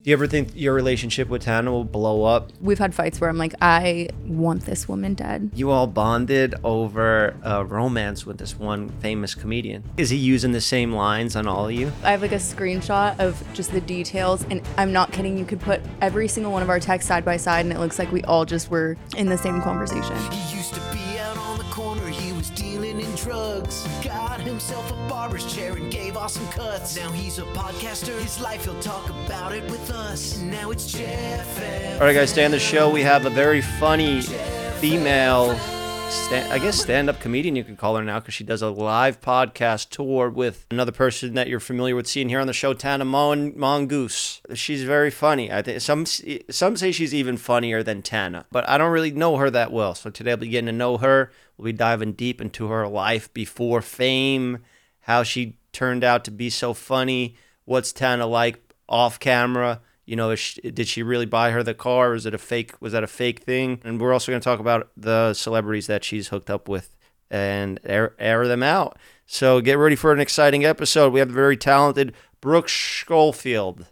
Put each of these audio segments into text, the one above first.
Do you ever think your relationship with Hannah will blow up? We've had fights where I'm like, I want this woman dead. You all bonded over a romance with this one famous comedian. Is he using the same lines on all of you? I have like a screenshot of just the details, and I'm not kidding. You could put every single one of our texts side by side, and it looks like we all just were in the same conversation. He used to be out on the corner, he was dealing in drugs. Got himself a barber's chair and gave awesome cuts. Now he's a podcaster, his life he'll talk about it with us. And now it's Jeff. All right, guys, stay on the show. We have a very funny female, sta- I guess, stand up comedian, you could call her now, because she does a live podcast tour with another person that you're familiar with seeing here on the show, Tana Mon- Mongoose. She's very funny. I think some s- some say she's even funnier than Tana, but I don't really know her that well. So today I'll be getting to know her. We'll be diving deep into her life before fame, how she turned out to be so funny, what's Tana like off camera you know, is she, did she really buy her the car? Is it a fake? Was that a fake thing? And we're also going to talk about the celebrities that she's hooked up with and air, air them out. So get ready for an exciting episode. We have the very talented Brooke Schofield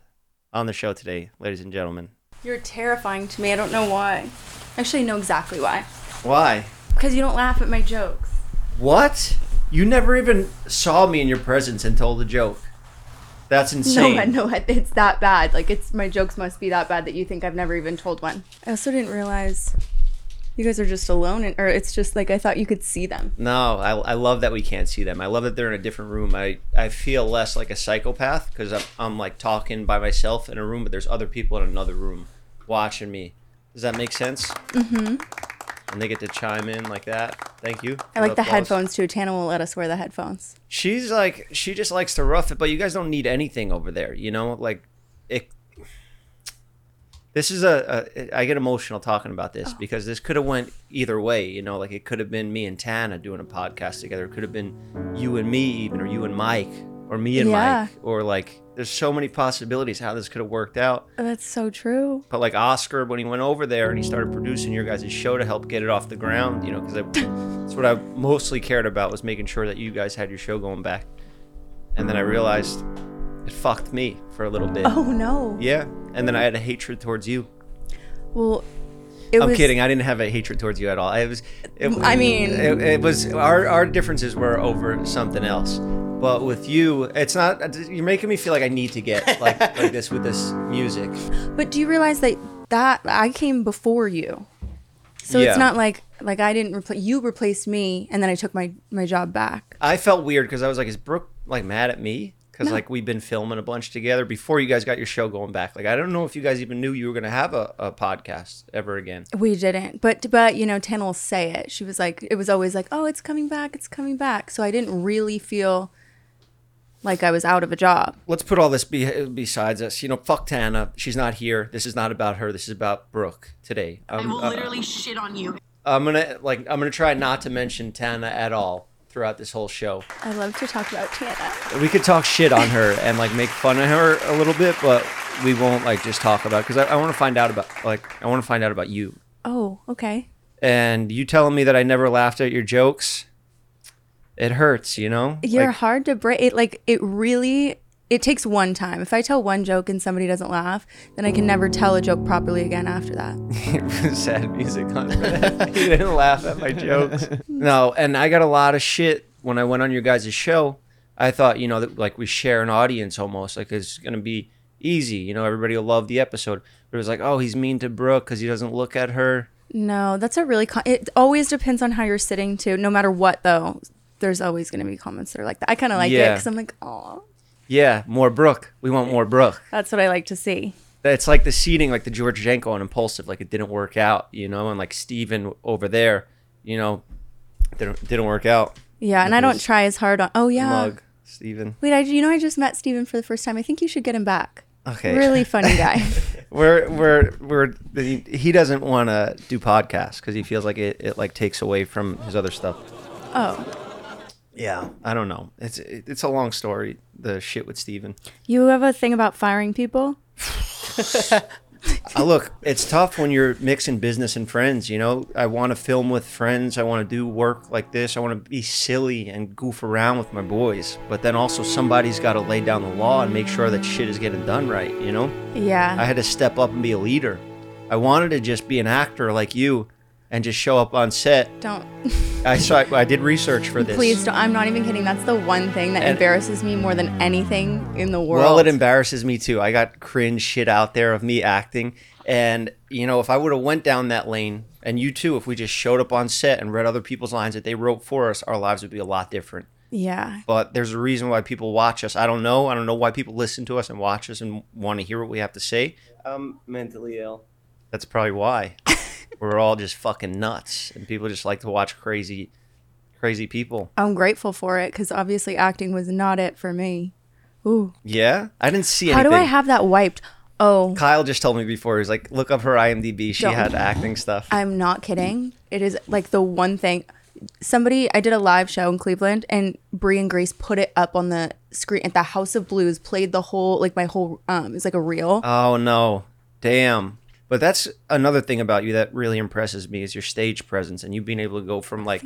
on the show today, ladies and gentlemen. You're terrifying to me. I don't know why. Actually, I know exactly why. Why? Because you don't laugh at my jokes. What? You never even saw me in your presence and told a joke. That's insane. No, I know it- it's that bad. Like, it's my jokes must be that bad that you think I've never even told one. I also didn't realize you guys are just alone, and, or it's just like I thought you could see them. No, I, I love that we can't see them. I love that they're in a different room. I, I feel less like a psychopath because I'm, I'm like talking by myself in a room, but there's other people in another room watching me. Does that make sense? Mm-hmm. And they get to chime in like that. Thank you. Mm-hmm. I like the headphones too. Tana will let us wear the headphones. She's like, she just likes to rough it, but you guys don't need anything over there, you know? Like, it. This is a, a I get emotional talking about this because this could have went either way, you know. Like it could have been me and Tana doing a podcast together. It could have been you and me, even, or you and Mike, or me and Yeah. Mike, or like. There's so many possibilities how this could have worked out. Oh, That's so true. But like Oscar, when he went over there and he started producing your guys' show to help get it off the ground, you know, because that's what I mostly cared about was making sure that you guys had your show going back. And then I realized it fucked me for a little bit. Oh no. Yeah. And then I had a hatred towards you. Well, it I'm was. kidding. I didn't have a hatred towards you at all. It was. It, I mean- it, it was our our differences were over something else. But with you, it's not. You're making me feel like I need to get like like this with this music. But do you realize that that I came before you? So Yeah. it's not like like I didn't replace you replaced me, and then I took my my job back. I felt weird because I was like, is Brooke like mad at me? Because like we've been filming a bunch together before you guys got your show going back. Like I don't know if you guys even knew you were gonna have a, a podcast ever again. We didn't, but but you know, Tana will say it. She was like, it was always like, oh, it's coming back, it's coming back. So I didn't really feel like I was out of a job. Let's put all this be- besides us. You know, fuck Tana. She's not here. This is not about her. This is about Brooke today. Um, I will uh, literally shit on you. I'm gonna like I'm gonna try not to mention Tana at all throughout this whole show. I love to talk about Tana. we could talk shit on her and like make fun of her a little bit, but we won't like just talk about because I, I want to find out about like I want to find out about you Oh, okay. and you telling me that I never laughed at your jokes, it hurts, you know? You're Like, hard to break. It like it really it takes one time. If I tell one joke and somebody doesn't laugh, then I can never tell a joke properly again after that. sad music on for that. you didn't laugh at my jokes. No, and I got a lot of shit when I went on your guys' show. I thought, you know, that like we share an audience almost. Like it's going to be easy. You know, everybody will love the episode. But it was like, oh, he's mean to Brooke because he doesn't look at her. No, that's a really con- it always depends on how you're sitting too. No matter what though, there's always going to be comments that are like that. I kind of like it Yeah. cuz I'm like, "Oh, Yeah, more Brooke. We want more Brooke. that's what I like to see." it's like the seating, like the George Jenko on Impulsive, like it didn't work out, you know, and like Steven over there, you know, didn't didn't work out. Yeah, and I don't his try as hard on Oh yeah. Mug Steven. Wait, I you know I just met Steven for the first time. I think you should get him back. Okay. Really funny guy. we're we're we're he he doesn't want to do podcasts because he feels like it, it like takes away from his other stuff. Oh, Yeah, I don't know. It's it's a long story. The shit with Steven. you have a thing about firing people? Uh, look, it's tough when you're mixing business and friends. You know, I want to film with friends. I want to do work like this. I want to be silly and goof around with my boys. But then also, somebody's got to lay down the law and make sure that shit is getting done right. You know, Yeah. I had to step up and be a leader. I wanted to just be an actor like you, and just show up on set. don't. I saw. I did research for this. Please don't. I'm not even kidding. That's the one thing that And- embarrasses me more than anything in the world. Well, it embarrasses me too. I got cringe shit out there of me acting, and you know, if I would have went down that lane, and you too, if we just showed up on set and read other people's lines that they wrote for us, our lives would be a lot different. yeah. But there's a reason why people watch us. I don't know. I don't know why people listen to us and watch us and want to hear what we have to say. I'm mentally ill. That's probably why we're all just fucking nuts, and people just like to watch crazy, crazy people. I'm grateful for it because obviously acting was not it for me. Ooh. Yeah, I didn't see How anything. do I have that wiped? Oh, Kyle just told me before. He's like, look up her IMDb. She Don't. had acting stuff. I'm not kidding. It is like the one thing. Somebody, I did a live show in Cleveland, and Brie and Grace put it up on the screen at the House of Blues. Played the whole, like my whole, um, it's like a reel. Oh no, damn! But that's another thing about you that really impresses me is your stage presence and you being able to go from like,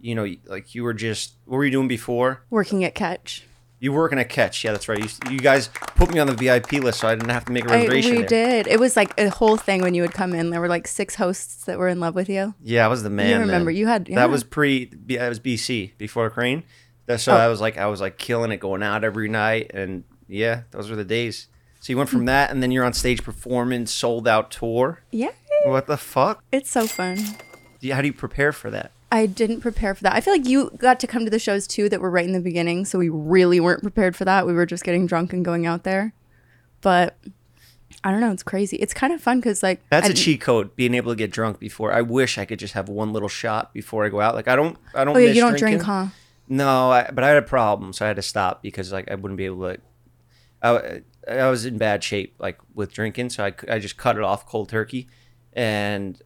you know, like you were just what were you doing before? working at Catch. You were working a catch, yeah, that's right. You, you guys put me on the VIP list, so I didn't have to make a I, reservation. we there. did. It was like a whole thing when you would come in. There were like six hosts that were in love with you. Yeah, I was the man. then. remember, you had- yeah. that was pre. B- That was BC before Crane. That Oh. so I was like I was like killing it, going out every night, and yeah, those were the days. So you went from that, and then you're on stage performing sold out tour. Mm. Yeah, What the fuck? it's so fun. Do you- How do you prepare for that? I didn't prepare for that. I feel like you got to come to the shows too that were right in the beginning, so we really weren't prepared for that. We were just getting drunk and going out there. But I don't know, it's crazy. It's kind of fun cuz like That's a a cheat code. Being able to get drunk before. I wish I could just have one little shot before I go out. Like I don't. I don't. Oh yeah, miss you don't drink, drinking. huh? No, I, but I had a problem, so I had to stop because like I wouldn't be able to. I, I was in bad shape like with drinking, so I, c- I just cut it off cold turkey, and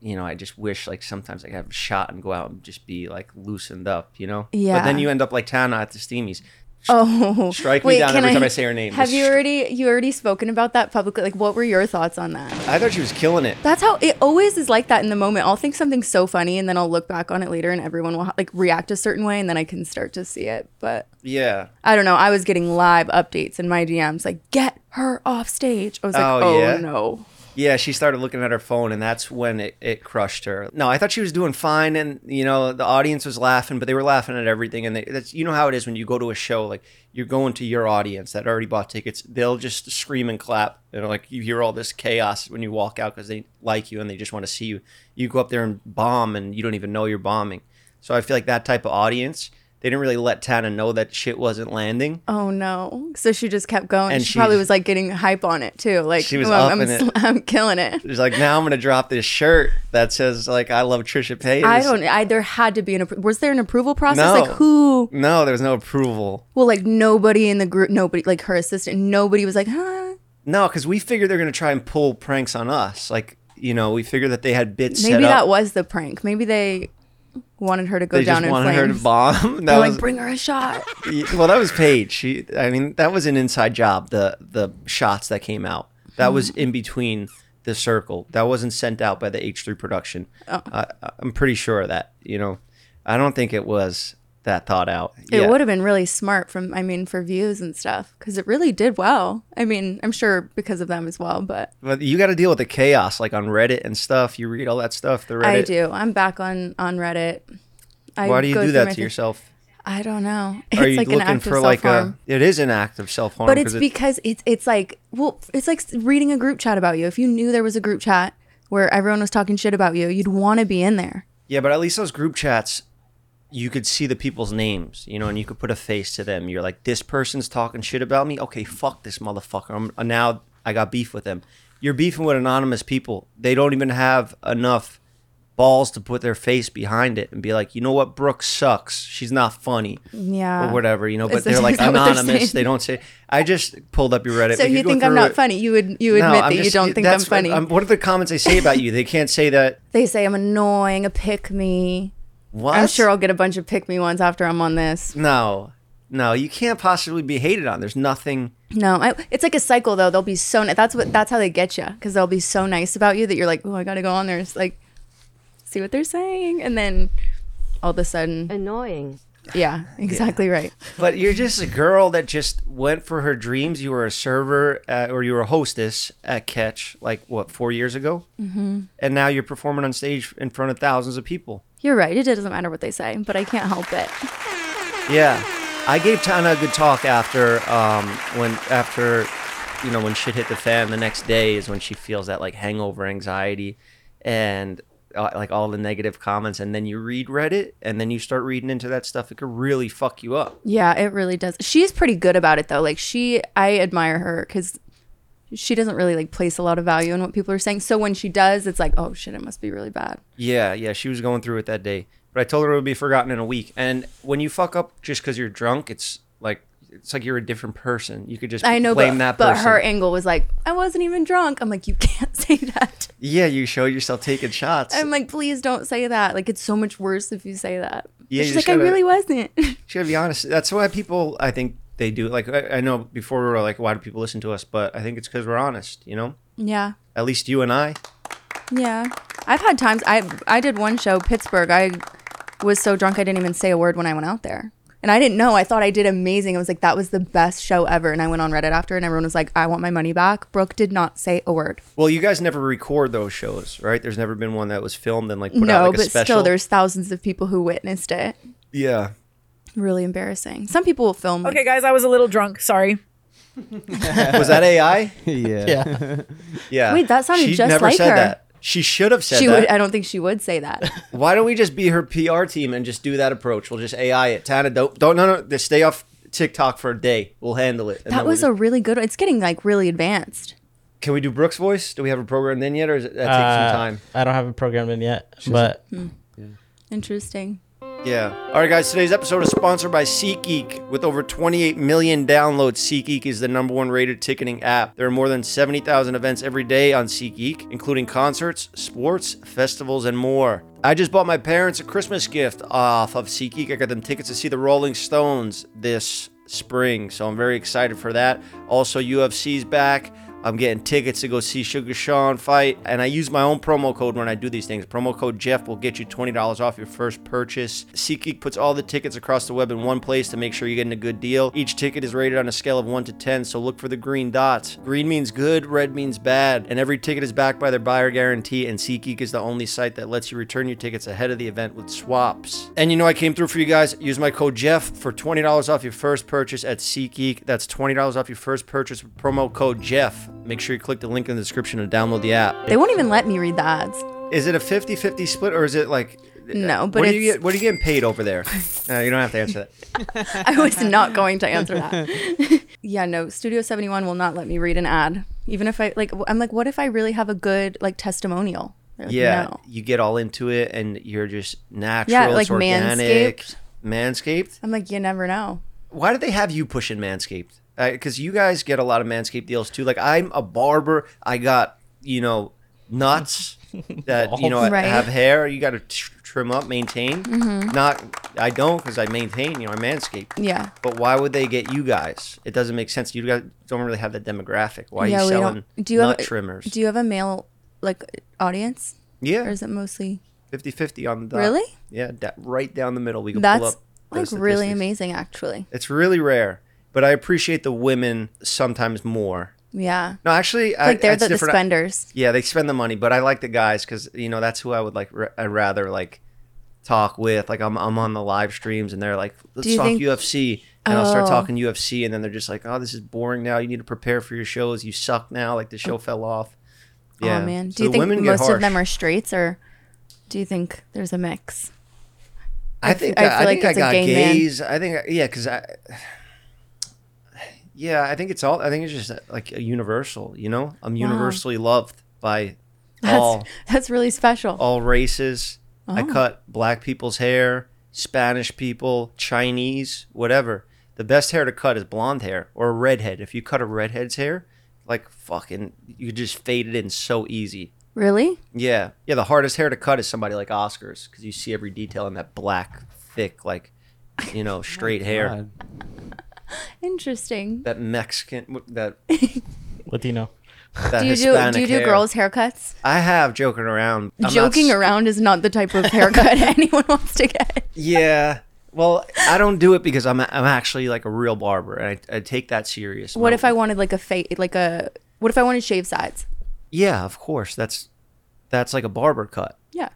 you know I just wish like sometimes I could have a shot and go out and just be like loosened up, you know. But Yeah. then you end up like Tana at the Steamies. Oh. Strike me down can every time I say her name. Have Just you stri- already you already spoken about that publicly? Like what were your thoughts on that? I thought she was killing it. That's how it always is like that in the moment. I'll think something's so funny and then I'll look back on it later and everyone will like react a certain way and then I can start to see it. But Yeah. I don't know. I was getting live updates in my DMs like, get her off stage. I was like, Oh, oh, yeah? no. Yeah, she started looking at her phone, and that's when it, it crushed her. No, I thought she was doing fine, and you know the audience was laughing, but they were laughing at everything. And they, that's you know how it is when you go to a show, like you're going to your audience that already bought tickets. They'll just scream and clap, and like you hear all this chaos when you walk out because they like you and they just want to see you. You go up there and bomb, and you don't even know you're bombing. So I feel like that type of audience, they didn't really let Tana know that shit wasn't landing. Oh no. So she just kept going. And she, she- probably was like getting hype on it too. Like, She was well, up I'm, in it. sl- I'm killing it. It's like now I'm gonna drop this shirt that says like I love Trisha Paytas. I don't, I, there had to be an, appro- was there an approval process? Like No. who, No, there was no approval. well, like nobody in the group, nobody, like her assistant, nobody was like, huh? No, because we figured they're gonna try and pull pranks on us. Like you know, we figured that they had bits set Maybe up. that was the prank. Maybe they wanted her to go they down just in wanted flames. her to bomb. That They're like, was bring her a shot. well, that was Paige. She, I mean, that was an inside job. The the shots that came out that Hmm. was in between the circle. That wasn't sent out by the H three production. Oh. I, I'm pretty sure of that. You know, I don't think it was that thought out. It Yeah. would have been really smart from, I mean, for views and stuff, because it really did well. I mean, I'm sure because of them as well, but But you got to deal with the chaos, like on Reddit and stuff. You read all that stuff. The Reddit. I do. I'm back on on Reddit. I Why do you go do through that my to thing- yourself? I don't know. Are it's you like an looking act for of like self-harm. a? Oh, It is an act of self harm. But it's because it's it's like well, it's like reading a group chat about you. If you knew there was a group chat where everyone was talking shit about you, you'd want to be in there. Yeah, but at least those group chats, you could see the people's names, you know, and you could put a face to them. You're like, this person's talking shit about me. Okay, fuck this motherfucker. I'm uh, now I got beef with them. You're beefing with anonymous people. They don't even have enough balls to put their face behind it and be like, you know what, Brooke sucks. She's not funny. Yeah. Or whatever, you know, but Is that- they're like is that what they're anonymous. saying? they don't say I just pulled up your Reddit. So We could you go think I'm through not it. funny? You would you admit No, I'm that you just- don't think I'm that's- funny? I'm- what are the comments they say about you? They can't say that. they say I'm annoying, a pick me. What? I'm sure I'll get a bunch of pick me ones after I'm on this. No, no, you can't possibly be hated on. There's nothing. No, I, it's like a cycle though. They'll be so ni- that's what that's how they get you because they'll be so nice about you that you're like, oh, I gotta go on there, It's like see what they're saying, and then all of a sudden, Annoying. yeah, exactly right. But you're just a girl that just went for her dreams. You were a server uh, or you were a hostess at Catch, like what four years ago, mm-hmm. and now you're performing on stage in front of thousands of people. You're right. It doesn't matter what they say, but I can't help it. Yeah, I gave Tana a good talk after um, when after you know when shit hit the fan. The next day is when she feels that like hangover anxiety and uh, like all the negative comments. And then you read Reddit and then you start reading into that stuff. It could really fuck you up. Yeah, it really does. She's pretty good about it though. Like she, I admire her because she doesn't really like place a lot of value in what people are saying. So when she does, it's like, oh shit, it must be really bad. Yeah, yeah, she was going through it that day. But I told her it would be forgotten in a week. And when you fuck up just because you're drunk, it's like it's like you're a different person. You could just I know, blame but, that but person. her angle was like, I wasn't even drunk. I'm like, you can't say that. yeah, you showed yourself taking shots. I'm like, please don't say that. Like, it's so much worse if you say that. Yeah, she's you like, just I gotta- really wasn't. Should I be honest? That's why people, I think they do. Like, I, I know before we were like, why do people listen to us? But I think it's because we're honest, you know? yeah, At least you and I. yeah. I've had times. I I did one show, Pittsburgh. I was so drunk I didn't even say a word when I went out there, and I didn't know. I thought I did amazing. I was like, that was the best show ever. And I went on Reddit after, and everyone was like, I want my money back. Brooke did not say a word. Well, you guys never record those shows, right? There's never been one that was filmed and like put no, out like a but special. still, there's thousands of people who witnessed it. yeah. Really embarrassing. Some people will film. like, Okay, guys, I was a little drunk. Sorry. Was that AI? yeah. Yeah. Wait, that sounded she just never like said her. that. She should have said she that. would. uh, I don't think she would say that. Why don't we just be her PR team and just do that approach? We'll just AI it. Tana, don't, don't no, no, just stay off TikTok for a day. We'll handle it. And then That we'll was just- a really good. It's getting like really advanced. Can we do Brooks' voice? Do we have a program then yet, or is it, that takes Uh, some time? I don't have it programmed in yet, but Interesting. Yeah. All right, guys. Today's episode is sponsored by SeatGeek. With over 28 million downloads, SeatGeek is the number one rated ticketing app. There are more than 70,000 events every day on SeatGeek, including concerts, sports, festivals, and more. I just bought my parents a Christmas gift off of SeatGeek. I got them tickets to see the Rolling Stones this spring, so I'm very excited for that. Also, UFC's back. I'm getting tickets to go see Sugar Sean fight, and I use my own promo code when I do these things. Promo code Jeff will get you $20 off your first purchase. SeatGeek puts all the tickets across the web in one place to make sure you're getting a good deal. Each ticket is rated on a scale of 1 to 10, so look for the green dots. Green means good, red means bad, and every ticket is backed by their buyer guarantee, and SeatGeek is the only site that lets you return your tickets ahead of the event with swaps. And you know, I came through for you guys. Use my code Jeff for $20 off your first purchase at SeatGeek. That's $20 off your first purchase with promo code Jeff. Make sure you click the link in the description to download the app. They won't even let me read the ads. Is it a 50 50 split or is it like. No, but what are, you it's- get, what are you getting paid over there? Uh, you don't have to answer that. I was not going to answer that. yeah, no. Studio 71 will not let me read an ad. Even if I like w- I'm like what if I really have a good like testimonial? They're like, Yeah, no. you get all into it and you're just natural. Yeah, like it's organic. Manscaped. Manscaped? I'm like you never know. why do they have you pushing Manscaped? Because you guys get a lot of Manscaped deals too. Like I'm a barber, I got you know nuts that you know Right. Mm-hmm. have hair. You got to tr- trim up, maintain. Not I don't because I maintain. You know I Manscaped. Yeah. But why would they get you guys? It doesn't make sense. You guys don't really have that demographic. Why yeah, are you we selling don't. Do you nut have trimmers? Do you have a male like audience or yeah, is it mostly 50-50 on the dot. Really? Yeah, da- right down the middle. We can pull That's up. the like really statistics. amazing actually. It's really rare, but I appreciate the women sometimes more. Yeah. No, actually, I, Like they're that's the, the different. spenders. Yeah, they spend the money, but I like the guys because you know that's who I would like. Ra- I'd rather like talk with. Like I'm, I'm on the live streams, and they're like, "Let's you talk think- UFC," and I'll start Oh. talking UFC, and then they're just like, "Oh, this is boring now. You need to prepare for your shows. You suck now. Like the show fell off." Yeah, Oh man. Do So you the think women get most of harsh. them are straights or do you think there's a mix? I think I I, feel I like think I it's a got gay man. gays. I think I- yeah, because I. Yeah, I think it's all. I think it's just like a universal. You know, I'm universally loved by That's all that's really special. all races. Oh. I cut black people's hair, Spanish people, Chinese, whatever. The best hair to cut is blonde hair or a redhead. If you cut a redhead's hair, like fucking, you just fade it in so easy. Really? Yeah, yeah. The hardest hair to cut is somebody like Oscars because you see every detail in that black, thick, like, you Oh know, straight hair. God. Interesting. That Mexican, that Latino. that Do you Hispanic do do you do hair. girls' haircuts? I have joking around. I'm not Joking s- around is not the type of haircut anyone wants to get. Yeah. Well, I don't do it because I'm I'm actually like a real barber, and I, I take that serious. What No- if I wanted like a fade, like a what if I wanted shave sides? Yeah, of course. That's that's like a barber cut. Yeah.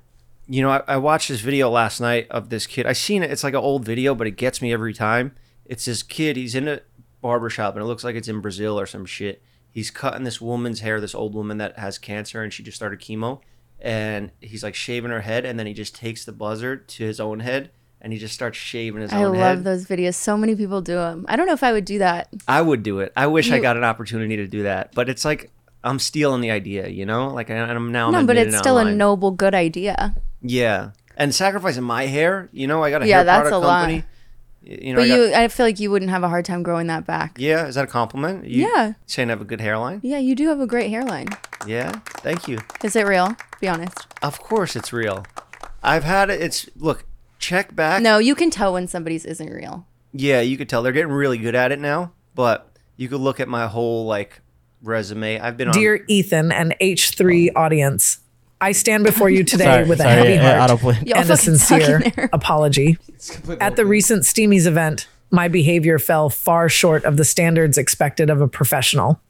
You know, I, I watched this video last night of this kid. I seen it. It's like an old video, but it gets me every time. It's this kid. He's in a barber shop, and it looks like it's in Brazil or some shit. He's cutting this woman's hair, this old woman that has cancer, and she just started chemo. And he's like shaving her head, and then he just takes the buzzer to his own head, and he just starts shaving his I own love head. those videos. So many people do them. I don't know if I would do that. I would do it. I wish I You- got an opportunity to do that, but it's like I'm stealing the idea, you know? Like I, I'm now. No, I'm but admitting it's it still a online. noble, good idea. Yeah, and sacrificing my hair. You know, I got a Yeah, hair that's product a lot. company. Y- You know, But I got- you, I feel like you wouldn't have a hard time growing that back. yeah, is that a compliment? You Yeah. saying I have a good hairline. Yeah, you do have a great hairline. Yeah, thank you. Is it real? Be honest. Of course, it's real. I've had it. It's look, check back. No, you can tell when somebody's isn't real. Yeah, you could tell they're getting really good at it now. But you could look at my whole like resume. I've been on. Dear Ethan and H3 audience, I stand before you today with a heavy uh, heart autoplay. Y'all and a fucking suck in sincere there. apology. At the recent Steamies event, my behavior fell far short of the standards expected of a professional.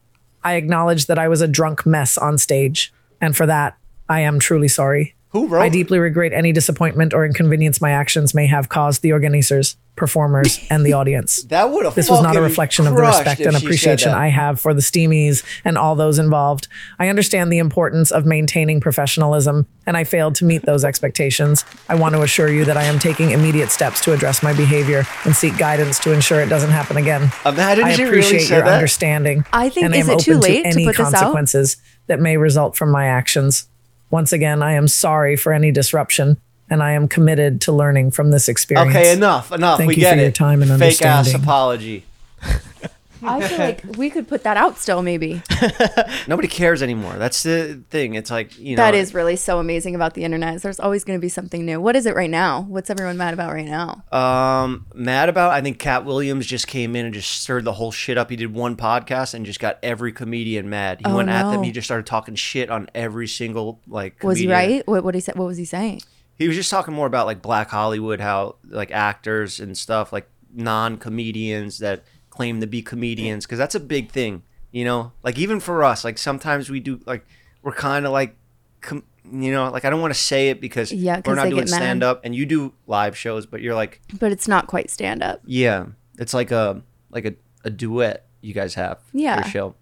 I acknowledge that I was a drunk mess on stage, and for that, I am truly sorry. Who wrote? I deeply regret any disappointment or inconvenience my actions may have caused the organizers, performers, and the audience. That would have. This was not a reflection of the respect and appreciation I have for the Steamies and all those involved. I understand the importance of maintaining professionalism, and I failed to meet those expectations. I want to assure you that I am taking immediate steps to address my behavior and seek guidance to ensure it doesn't happen again. Imagine I she really appreciate said your that. understanding. I think- and is I am it too open late to to any put this out? consequences that may result from my actions. Once again, I am sorry for any disruption, and I am committed to learning from this experience. Okay, enough, enough. Thank we you get for it. your time and Fake ass understanding. apology. I feel like we could put that out still, maybe. Nobody cares anymore. That's the thing. It's like you know. That is really so amazing about the internet. Is there's always going to be something new. What is it right now? What's everyone mad about right now? um mad about. I think Cat Williams just came in and just stirred the whole shit up. He did one podcast and just got every comedian mad. He went at them. Oh, no. He just started talking shit on every single like. was he comedian. right? What what he said? What was he saying? He was just talking more about like Black Hollywood, how like actors and stuff, like non comedians that claim to be comedians, because that's a big thing, you know. Like even for us, like sometimes we do like we're kind of like, com- you know, like I don't want to say it because Yeah, we're 'cause not they doing get mad. stand up and you do live shows, but you're like But it's not quite stand up. yeah, it's like a like a, a duet you guys have. for Yeah. your show.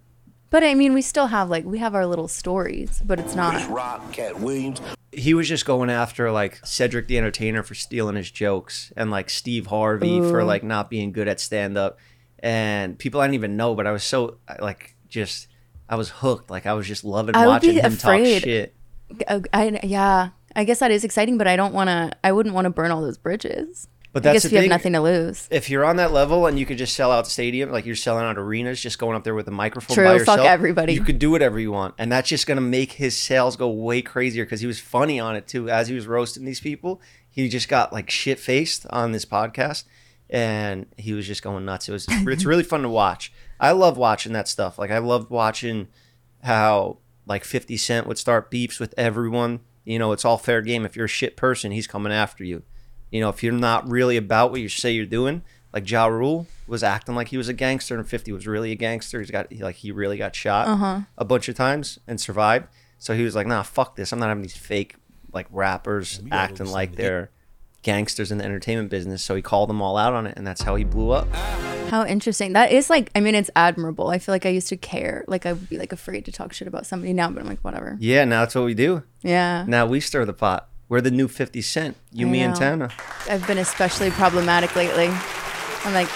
But I mean, we still have like we have our little stories, but it's not. Rock, Cat Williams, He was just going after like Cedric the Entertainer for stealing his jokes and like Steve Harvey for like not being good at stand up and people I didn't even know, but I was so like just I was hooked. Like I was just loving I would watching be him afraid. talk shit. I, uh, I- yeah, I guess that is exciting, but I don't want to. I wouldn't want to burn all those bridges. But I that's guess the if you thing. have nothing to lose. if you're on that level and you could just sell out stadium, like you're selling out arenas, just going up there with a microphone. True, by fuck yourself, everybody. You could do whatever you want, and that's just gonna make his sales go way crazier because he was funny on it too. As he was roasting these people, he just got like shit faced on this podcast, and he was just going nuts. It was it's really fun to watch. I love watching that stuff. Like I love watching how like 50 Cent would start beefs with everyone. You know, it's all fair game. If you're a shit person, he's coming after you. You know, if you're not really about what you say you're doing, like Ja Rule was acting like he was a gangster and 50 was really a gangster. He's got, he, like, he really got shot Uh-huh. a bunch of times and survived. So he was like, nah, fuck this. I'm not having these fake, like, rappers acting like they're gangsters in the entertainment business. So he called them all out on it, and that's how he blew up. How interesting. That is like. I mean, it's admirable. I feel like I used to care. Like I would be like afraid to talk shit about somebody now, but I'm like whatever. Yeah, now that's what we do. Yeah. Now we stir the pot. We're the new 50 Cent, you, I me, and know. Tana. I've been especially problematic lately. I'm like,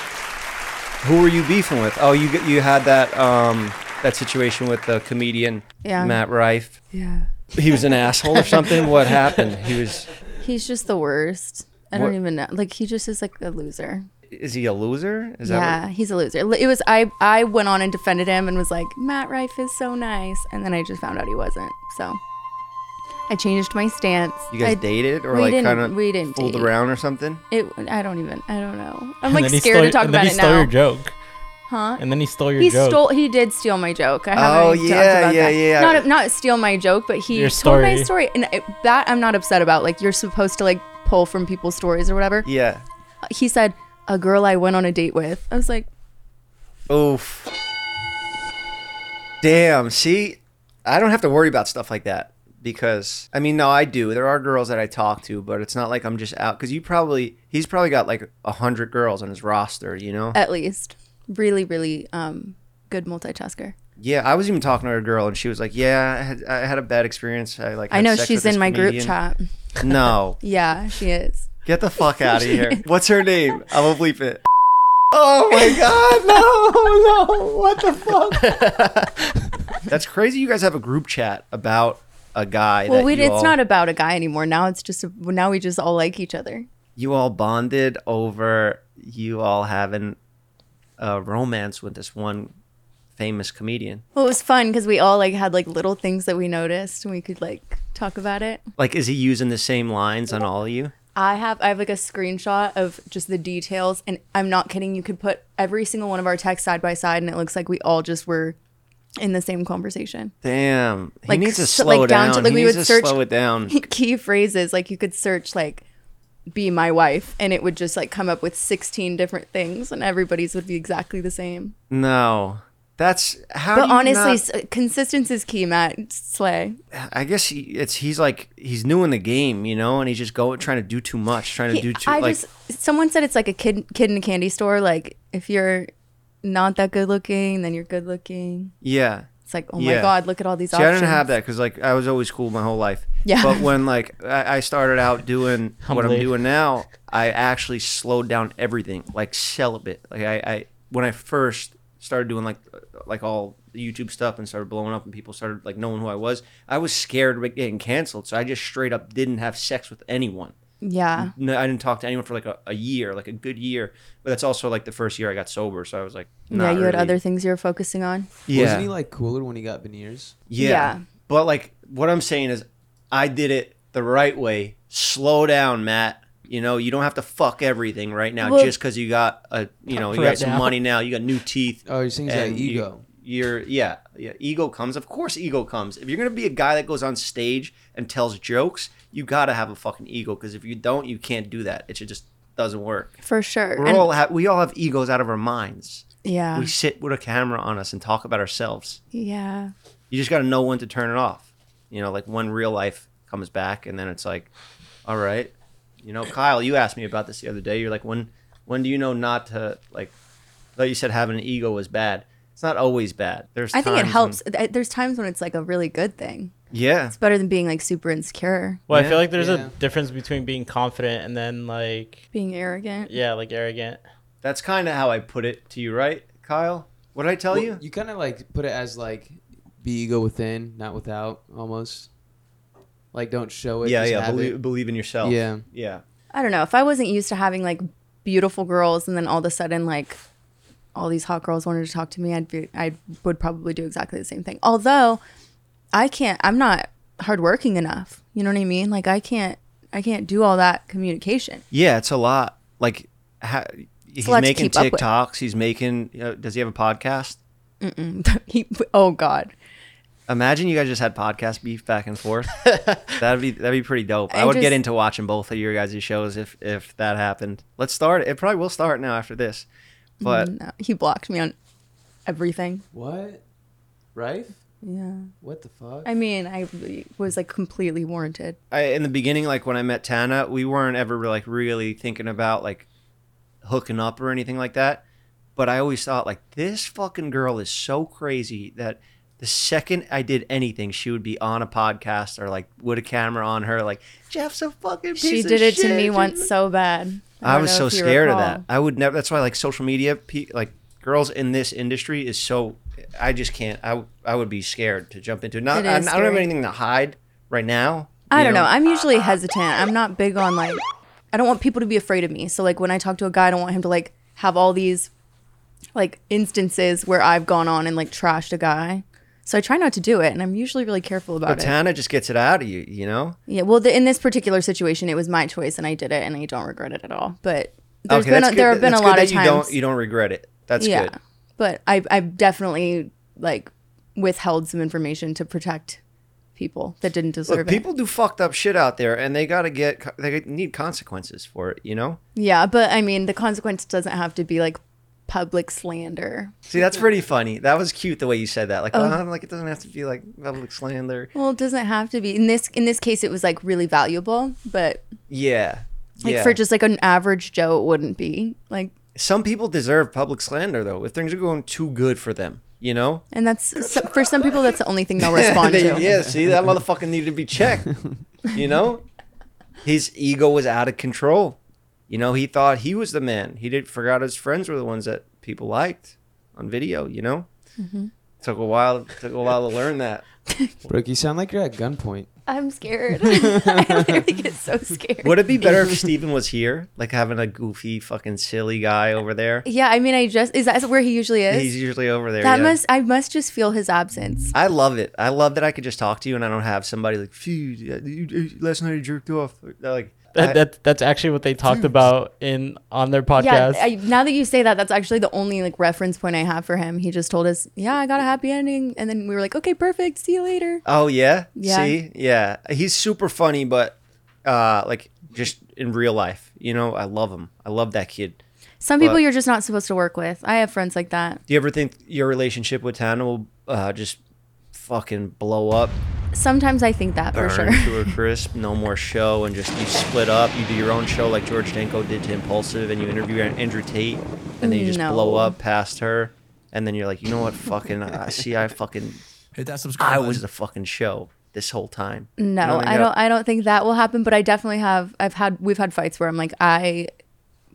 Who were you beefing with? Oh, you you had that um that situation with the comedian Yeah. Matt Rife. yeah. He was an asshole or something. What happened? He was. He's just the worst. I What- don't even know. Like he just is like a loser. Is he a loser? Is yeah, he's a loser. It was I. I went on and defended him and was like, Matt Rife is so nice, and then I just found out he wasn't. So I changed my stance. what you guys I- dated or we like didn't- kind of we didn't fooled date. around or something? It. I don't even. I don't know. I'm And like then he scared stole- to talk and then about he it stole now. your joke. Huh? And then he stole your he joke. stole. He did steal my joke. I haven't Oh, even talked yeah, about yeah, that. yeah. Not not steal my joke, but he Your told my story. story, and it, that I'm not upset about. Like you're supposed to like pull from people's stories or whatever. Yeah. He said a girl I went on a date with. I was like, Oof. Damn. See, I don't have to worry about stuff like that because I mean, no, I do. There are girls that I talk to, but it's not like I'm just out. Because you probably, he's probably got like a hundred girls on his roster. You know? at least, really, really, um, good multitasker. yeah. I was even talking to a girl, and she was like, "Yeah, I had, I had a bad experience. I like." I had know sex she's with this in my group comedian." chat. No, Yeah, she is. Get the fuck out of here. What's her name? I will bleep it. Oh my god, no, no, what the fuck? That's crazy. You guys have a group chat about a guy. Well, that we, you it's all, not about a guy anymore. Now it's just a, now we just all like each other. you all bonded over you all having a romance with this one famous comedian. Well, it was fun because we all like had like little things that we noticed and we could like talk about it. Like, is he using the same lines on all of you? I have I have like a screenshot of just the details and I'm not kidding, you could put every single one of our texts side by side and it looks like we all just were in the same conversation. Damn, he Like, needs to so- slow like, down. down to- like, he we needs would to search- slow it down. Key phrases like you could search like be my wife and it would just like come up with 16 different things and everybody's would be exactly the same. No, that's how. do But you honestly, not- s consistency is key, Matt. Slay. I guess he, it's he's like he's new in the game, you know, and he's just go trying to do too much, trying to He- do too I like just someone said it's like a kid kid in a candy store. Like if you're not that good looking, then you're good looking. yeah. It's like oh Yeah. my god, look at all these See, options. I didn't have that because like I was always cool my whole life. Yeah. But when like I, I started out doing what I'm Humbly. doing now, I actually slowed down everything, like celibate. Like I, I when I first started doing like like all the YouTube stuff and started blowing up and people started like knowing who I was, I was scared of getting canceled, so I just straight up didn't have sex with anyone. Yeah, no, I didn't talk to anyone for like a, a year, like a good year. But that's also like the first year I got sober, so I was like, yeah. not You had really- other things you were focusing on. yeah, Wasn't he like cooler when he got veneers? yeah. Yeah. But like, what I'm saying is, I did it the right way. Slow down, Matt. You know, you don't have to fuck everything right now Well- just because you got a, you know, you Right got some now. money now, you got new teeth. Oh, you're saying he's got and you- ego. You're yeah, yeah. Ego comes, of course. Ego comes. If you're gonna be a guy that goes on stage and tells jokes, you gotta have a fucking ego. Because if you don't, you can't do that. It should just doesn't work. For sure. We're And- all ha- we all have egos out of our minds. yeah. We sit with a camera on us and talk about ourselves. yeah. You just got to know when to turn it off. You know, like when real life comes back, and then it's like, all right, you know, Kyle, you asked me about this the other day. You're like, when when do you know not to like? Though you said having an ego is bad. It's not always bad. There's I think times it when- helps. Th- There's times when it's like a really good thing. yeah, It's better than being like super insecure, Well, Yeah. I feel like there's Yeah. a difference between being confident and then like being arrogant. yeah, like arrogant. that's kind of how I put it to you, right, Kyle? What did I tell Well, you? you kind of like put it as like be ego within, not without, almost. Like don't show it. yeah, just yeah. have Believe, it. believe in yourself. Yeah. yeah. I don't know. If I wasn't used to having like beautiful girls and then all of a sudden like all these hot girls wanted to talk to me, I'd be I would probably do exactly the same thing. Although I can't I'm not hardworking enough. You know what I mean? Like I can't I can't do all that communication. Yeah, it's a lot. Like, ha- he's a lot to making keep up with. TikToks. He's making. You know, does he have a podcast? He- oh God. Imagine you guys just had podcast beef back and forth. that'd be that'd be pretty dope. I, I would get just- into watching both of your guys' shows if if that happened. Let's start. It probably will start now after this. But No, he blocked me on everything. What? Rife? Yeah. What the fuck? I mean, I was like completely warranted. I, in the beginning, like when I met Tana, we weren't ever like really thinking about like hooking up or anything like that. But I always thought like this fucking girl is so crazy that the second I did anything, she would be on a podcast or like with a camera on her. Like Jeff's a fucking. Piece she of did it to shit. me She's once so bad. I, don't was know so if you scared of that. recall. I would never. That's why like social media, pe- like girls in this industry is so. I just can't. I w- I would be scared to jump into. it. Not. It I, I is don't have scary. anything to hide right now? I You don't know. I'm usually hesitant. I'm not big on like I don't want people to be afraid of me. So like when I talk to a guy, I don't want him to like have all these like instances where I've gone on and like trashed a guy. So I try not to do it, and I'm usually really careful about But it. Tana just gets it out of you, you know? Yeah. Well, the, in this particular situation, it was my choice, and I did it, and I don't regret it at all. But there's okay, been that's a, good. there have that- been that's a good lot of that you times. don't you don't regret it. That's yeah. good. But I I definitely like withheld some information to protect people that didn't deserve Look, it. people do fucked up shit out there, and they gotta get co- they need consequences for it. You know. Yeah, but I mean, the consequence doesn't have to be like public slander. See, that's pretty funny. That was cute the way you said that. Like, Oh. uh, like it doesn't have to be like public slander. Well, it doesn't have to be. In this in this case, it was like really valuable, but Yeah. like yeah. for just like an average Joe, it wouldn't be like. Some people deserve public slander though. If things are going too good for them, you know. And that's so, for some people, that's the only thing they'll respond They- to. yeah. See, that motherfucker needed to be checked. You know, his ego was out of control. You know, he thought he was the man. He did forgot his friends were the ones that people liked on video. You know. Mm-hmm. Took a while. Took a while to learn that. Brooke, you sound like you're at gunpoint. I'm scared. I literally get so scared. Would it be better if Steven was here? Like having a goofy, fucking silly guy over there? Yeah, I mean, I just is that where he usually is. He's usually over there. that yeah. must I must just feel his absence. I love it. I love that I could just talk to you and I don't have somebody like, phew, yeah, you- you- last night I jerked off. Like, That, I- that that's actually what they talked about in on their Hmm. Yeah, podcast. I, now that you say that, that's actually the only like reference point I have for him. He just told us, "Yeah, I got a happy ending," and then we were like, "Okay, perfect. See you later." oh, yeah? Yeah. See? Yeah. He's super funny, but uh, like just in real life, you know, I love him. I love that kid. Some people But- you're just not supposed to work with. I have friends like that. Do you ever think your relationship with Tana will uh, just fucking blow up? Sometimes I think that for burn sure. to a crisp, no more show, and just you split up. You do your own show like George Denko did to Impulsive, and you interview Andrew Tate, and then you just No. blow up past her, and then you're like, you know what, fucking, I see, I fucking, Hit that subscribe. I button. was the fucking show this whole time. You know No, what I mean? don't. I don't think that will happen. But I definitely have. I've had. We've had fights where I'm like, I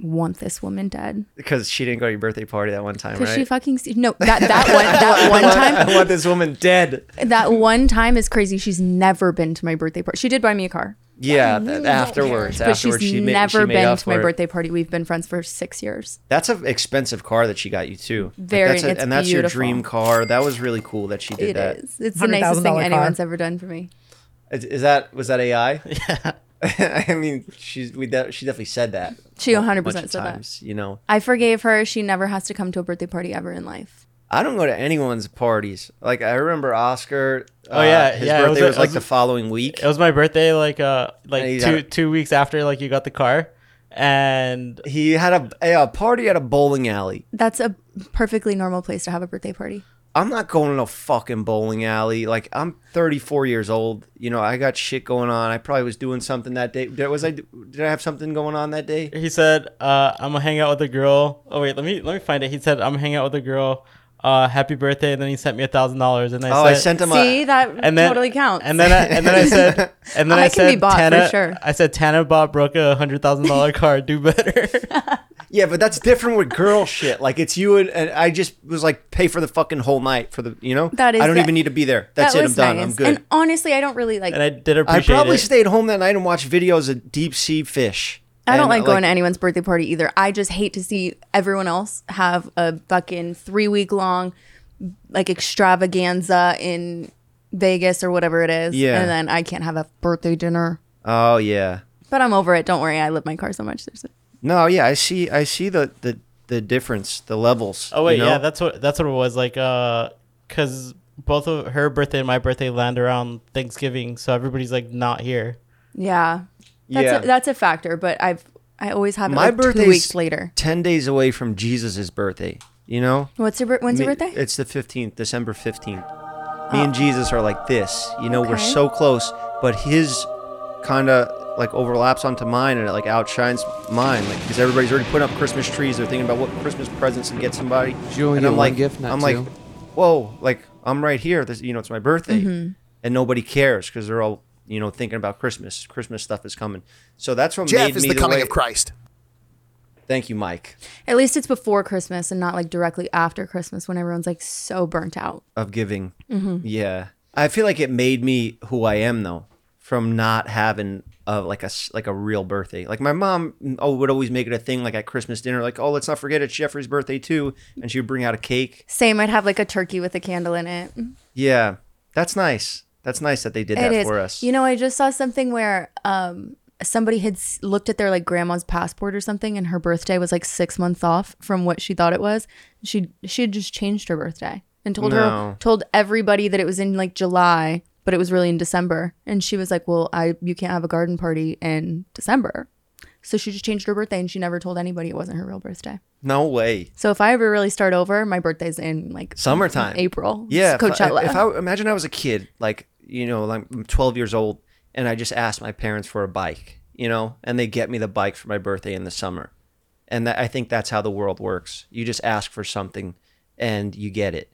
want this woman dead because she didn't go to your birthday party that one time, because right? she fucking se- no that that one that one time I want this woman dead. that one time is crazy. She's never been to my birthday party. She did buy me a car, Yeah, that, afterwards, but she's afterwards she made, never she made been up to my for it. birthday party. We've been friends for six years. That's an expensive car that she got you too. Like, Very- that's a- it's and that's your beautiful. dream car. That was really cool that she did It that. is. It's the nicest thing $100,000 car. anyone's ever done for me. Is, is that was that AI? Yeah. I mean, she's we de- she definitely said that. She a 100% bunch of said that. times, You know, I forgave her. She never has to come to a birthday party ever in life. I don't go to anyone's parties. Like I remember Oscar. uh, Oh, yeah, his yeah, it birthday was was, a- it like was the a- following week. it was my birthday, like uh, And like he's two out. two weeks after like you got the car, and he had a, a party at a bowling alley. That's a perfectly normal place to have a birthday party. I'm not going to a fucking bowling alley. Like I'm 34 years old. You know, I got shit going on. I probably was doing something that day. Did, was I? Did I have something going on that day? he said, uh, "I'm gonna hang out with a girl." Oh wait, let me let me find it. He said, "I'm gonna hang out with a girl." Uh, happy birthday! And then he sent me a thousand dollars, and I Oh, I said, sent him See, a. that and then, totally counts. And then I, and then I said, and then I I, can be said, bought for Tana, sure. I said, Tana bought Brooke a hundred thousand dollar car. Do better. Yeah, but that's different with girl shit. Like it's you and, and I just was like pay for the fucking whole night for the you know. That is I don't the- even need to be there. That's it. I'm done. I'm good. And honestly, I don't really like. and I did I appreciate probably it. stayed home that night and watched videos of deep sea fish. I don't And, like going to anyone's birthday party either. I just hate to see everyone else have a fucking three week long, like extravaganza in Vegas or whatever it is. Yeah. And then I can't have a birthday dinner. Oh yeah. But I'm over it. Don't worry. I love my car so much. There's No, yeah. I see. I see the the the difference, the levels. Oh wait, you know? yeah, that's what that's what it was like. Uh, cause both of her birthday and my birthday land around Thanksgiving, so everybody's like not here. Yeah. That's Yeah. a, that's a factor, but I've I always have it my like birthday two weeks later. Ten days away from Jesus' birthday. You know. What's your bir- when's your Me- birthday? Oh. It's the fifteenth, December fifteenth. Me and Jesus are like this. You know, we're Okay. so close, but his kind of like overlaps onto mine and it like outshines mine like because everybody's already putting up christmas trees they're thinking about what christmas presents to get somebody Did you only and get i'm one like gift, not i'm two? like whoa like i'm right here this you know it's my birthday Mm-hmm. and nobody cares because they're all you know thinking about christmas christmas stuff is coming so that's what Jeff made is me the coming way- of Christ. thank you mike At least it's before Christmas and not like directly after Christmas when everyone's like so burnt out. Mm-hmm. of giving. Yeah. I feel like it made me who I am though. from not having uh, like a s- like a real birthday. Like my mom oh, would always make it a thing, like at Christmas dinner, like oh let's not forget it's Jeffrey's birthday too, and she would bring out a cake. Same. I'd have like a turkey with a candle in it. Yeah, that's nice. That's nice that they did that It is. for us. You know, I just saw something where um somebody had s- looked at their like grandma's passport or something, and her birthday was like six months off from what she thought it was. She she had just changed her birthday and told No. her told everybody that it was in like July, but it was really in December. And she was like, "Well, I you can't have a garden party in December." So she just changed her birthday and she never told anybody it wasn't her real birthday. no way. So if I ever really start over, my birthday's in like Summertime. April. Yeah, It's Coachella. If I, if I imagine I was a kid, like you know, like I'm 12 years old, and I just asked my parents for a bike, you know, and they get me the bike for my birthday in the summer, and that, I think that's how the world works. You just ask for something, and you get it.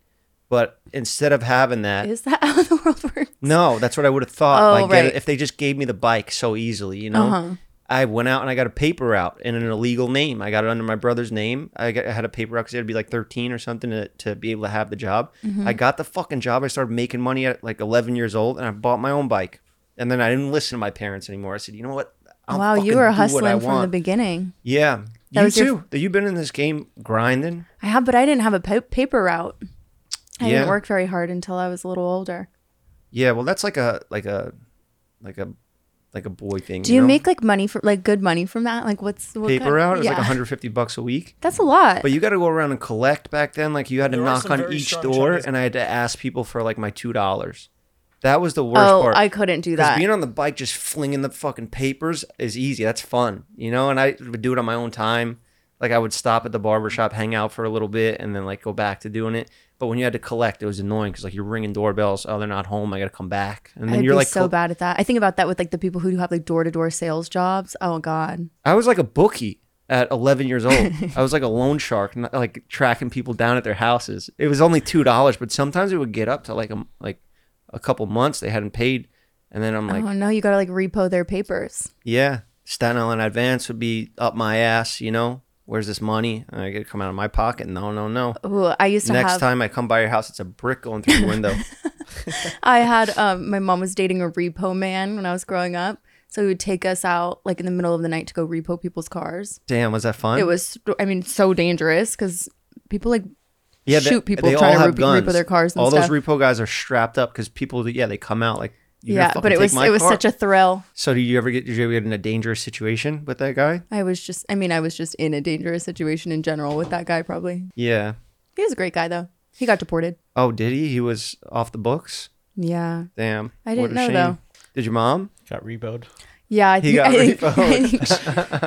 But instead of having that, Is that how the world works? no, that's what I would have thought. Oh, like, get right. Uh-huh. if they just gave me the bike so easily, you know. I went out and I got a paper out in an illegal name. I got it under my brother's name. I, got, I had a paper out because I had to be like 13 or something to, to be able to have the job. Mm-hmm. I got the fucking job. I started making money at like 11 years old and I bought my own bike. And then I didn't listen to my parents anymore. I said, you know what? I'll wow, fucking you were do what I hustling from the want." beginning. Yeah. That you was your- too. You've been in this game grinding. I have, but I didn't have a pa- paper route. I Yeah. didn't work very hard until I was a little older. Yeah. Well, that's like a, like a, like a, like a boy thing. Do you know? make like money for like good money from that? Like what's what paper kind- out? It's like Yeah. 150 bucks a week. That's a lot. But you got to go around and collect back then. Like you had to There are knock some on very each strong door, Chinese- and I had to ask people for like my two dollars. That was the worst oh, part. I couldn't do Because that. being on the bike, just flinging the fucking papers is easy. That's fun, you know. And I would do it on my own time. Like I would stop at the barber shop, hang out for a little bit, and then like go back to doing it. But when you had to collect, it was annoying because like you're ringing doorbells. Oh, they're not home. I got to come back. And then I'd you're be like, so col- bad at that. I think about that with like the people who have like door to door sales jobs. Oh God. I was like a bookie at 11 years old. I was like a loan shark, not- like tracking people down at their houses. It was only two dollars, but sometimes it would get up to like a like a couple months they hadn't paid, and then I'm like, oh no, you gotta like repo their papers. yeah, Staten Island Advance would be up my ass, you know. Where's this money? And I get to come out of my pocket. No, no, no. Ooh, I used to Next Oh, have time I come by your house, it's a brick going through the window. I had um, my mom was dating a repo man when I was growing up, so he would take us out like in the middle of the night to go repo people's cars. Damn, was that fun? It was, I mean, so dangerous because people like yeah, shoot people trying to repo- repo their cars and all stuff. those repo guys are strapped up because people, yeah, they come out like "You're gonna yeah, fucking but it take was my it was car?" such a thrill. So did you ever get did you ever get in a dangerous situation with that guy? I was just, I mean, I was just in a dangerous situation in general with that guy. Probably Yeah. he was a great guy though. He got deported. Oh, did he? He was off the books. Yeah, Damn. I didn't know, though. Did your mom? Got reboed. yeah. I He think, got I think, repoed. I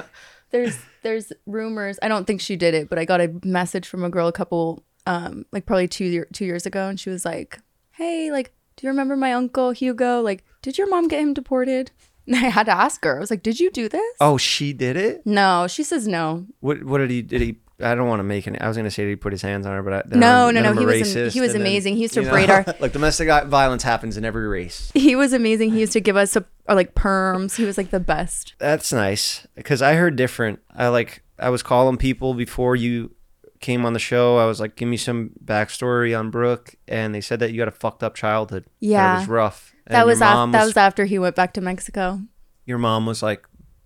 think she- there's there's rumors. I don't think she did it, but I got a message from a girl a couple, um, like probably two year, two years ago, and she was like, "Hey, like, do you remember my uncle Hugo? Like, did your mom get him deported?" And I had to ask her. I was like, "Did you do this?" Oh, she did it. No, she says no. What? What did he? Did he? I don't want to make any. I was gonna say did he put his hands on her, but I, then No, I'm- no, then no, I'm a he was am- racist, he was and then, amazing. He used to you know, braid our- like domestic violence happens in every race. He was amazing. He used to give us a, or like perms. He was like the best. That's nice because I heard different. I like I was calling people before you came on the show. I was like, give me some backstory on Brooke, and they said that you had a fucked up childhood. that Yeah. it was rough. and That your was, mom af- that was after he went back to Mexico. your mom was like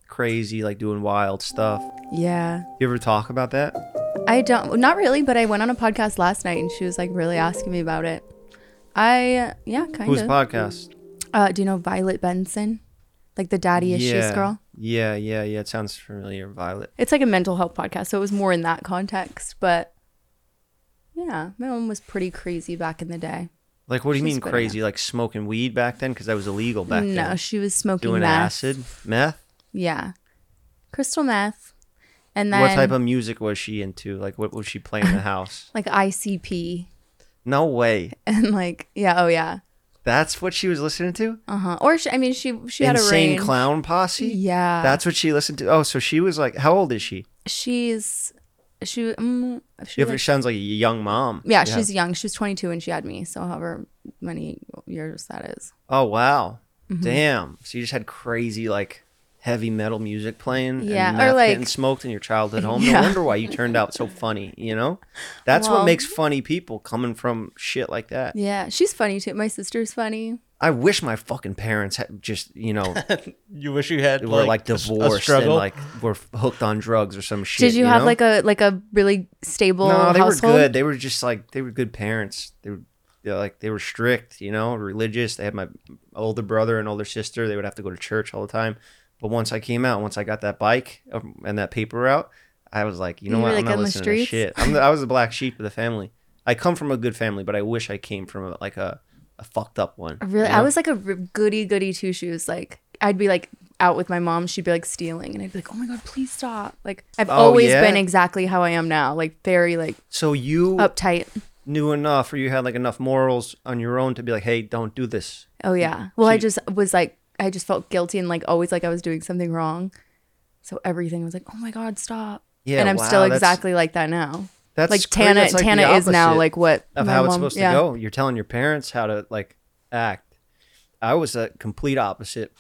crazy, like doing wild stuff. Yeah. You ever talk about that? I don't, not really, but I went on a podcast last night and she was like really asking me about it. I, yeah, kind Whose of. podcast? uh, do you know Violet Benson? Like the daddy issues girl? Yeah, yeah, yeah. It sounds familiar, Violet. It's like a mental health podcast. So it was more in that context, but yeah, my mom was pretty crazy back in the day. Like, what do you She's mean good, crazy? Like smoking weed back then? Because that was illegal back no, then. she was smoking Doing meth. acid, meth. Yeah. Crystal meth. And then what type of music was she into? Like, what was she playing in the house? like ICP No way. and like yeah, oh yeah. That's what she was listening to. Uh-huh. Or she, I mean she she had a Insane range. clown posse. Yeah. That's what she listened to. Oh, so she was like, how old is she? She's she um she She like- sounds like a young mom. yeah, she's young. She was 22 when she had me. So however many years that is. Mm-hmm. Oh wow, damn! So you just had crazy like heavy metal music playing Yeah, or and meth like- getting smoked in your childhood home. Yeah. No wonder why you turned out so funny, you know? That's Well- what makes funny people coming from shit like that. Yeah, she's funny too. My sister's funny. I wish my fucking parents had just, you know, You wish you had were like a s- a divorced and struggle. like were f- hooked on drugs or some shit. Did you, have know? like a like a really stable No, they household? were good. They were just like they were good parents. They were they're like they were strict, you know, religious. They had my older brother and older sister. They would have to go to church all the time. But once I came out, once I got that bike um, and that paper route, I was like, you know You were, what? like, I'm not on the listening to this shit. streets? I'm the, I was the black sheep of the family. I come from a good family, but I wish I came from a, like a, a fucked up one. Really, you know? I was like a r- goody goody two shoes. Like I'd be like out with my mom, she'd be like stealing, and I'd be like, "Oh my god, please stop!" Like I've Oh, always yeah? been exactly how I am now, like very like so you uptight. knew enough, or you had like enough morals on your own to be like, hey, don't do this. Oh yeah. Well, I just was like, I just felt guilty and like always like I was doing something wrong. So everything was like, "Oh my god, stop!" Yeah, and I'm wow, still that's- exactly like that now. That's like cra- Tana, that's, like, the Tana is now opposite. like what of my how it's mom- supposed yeah. to go. You're telling your parents how to like act. I was the complete opposite.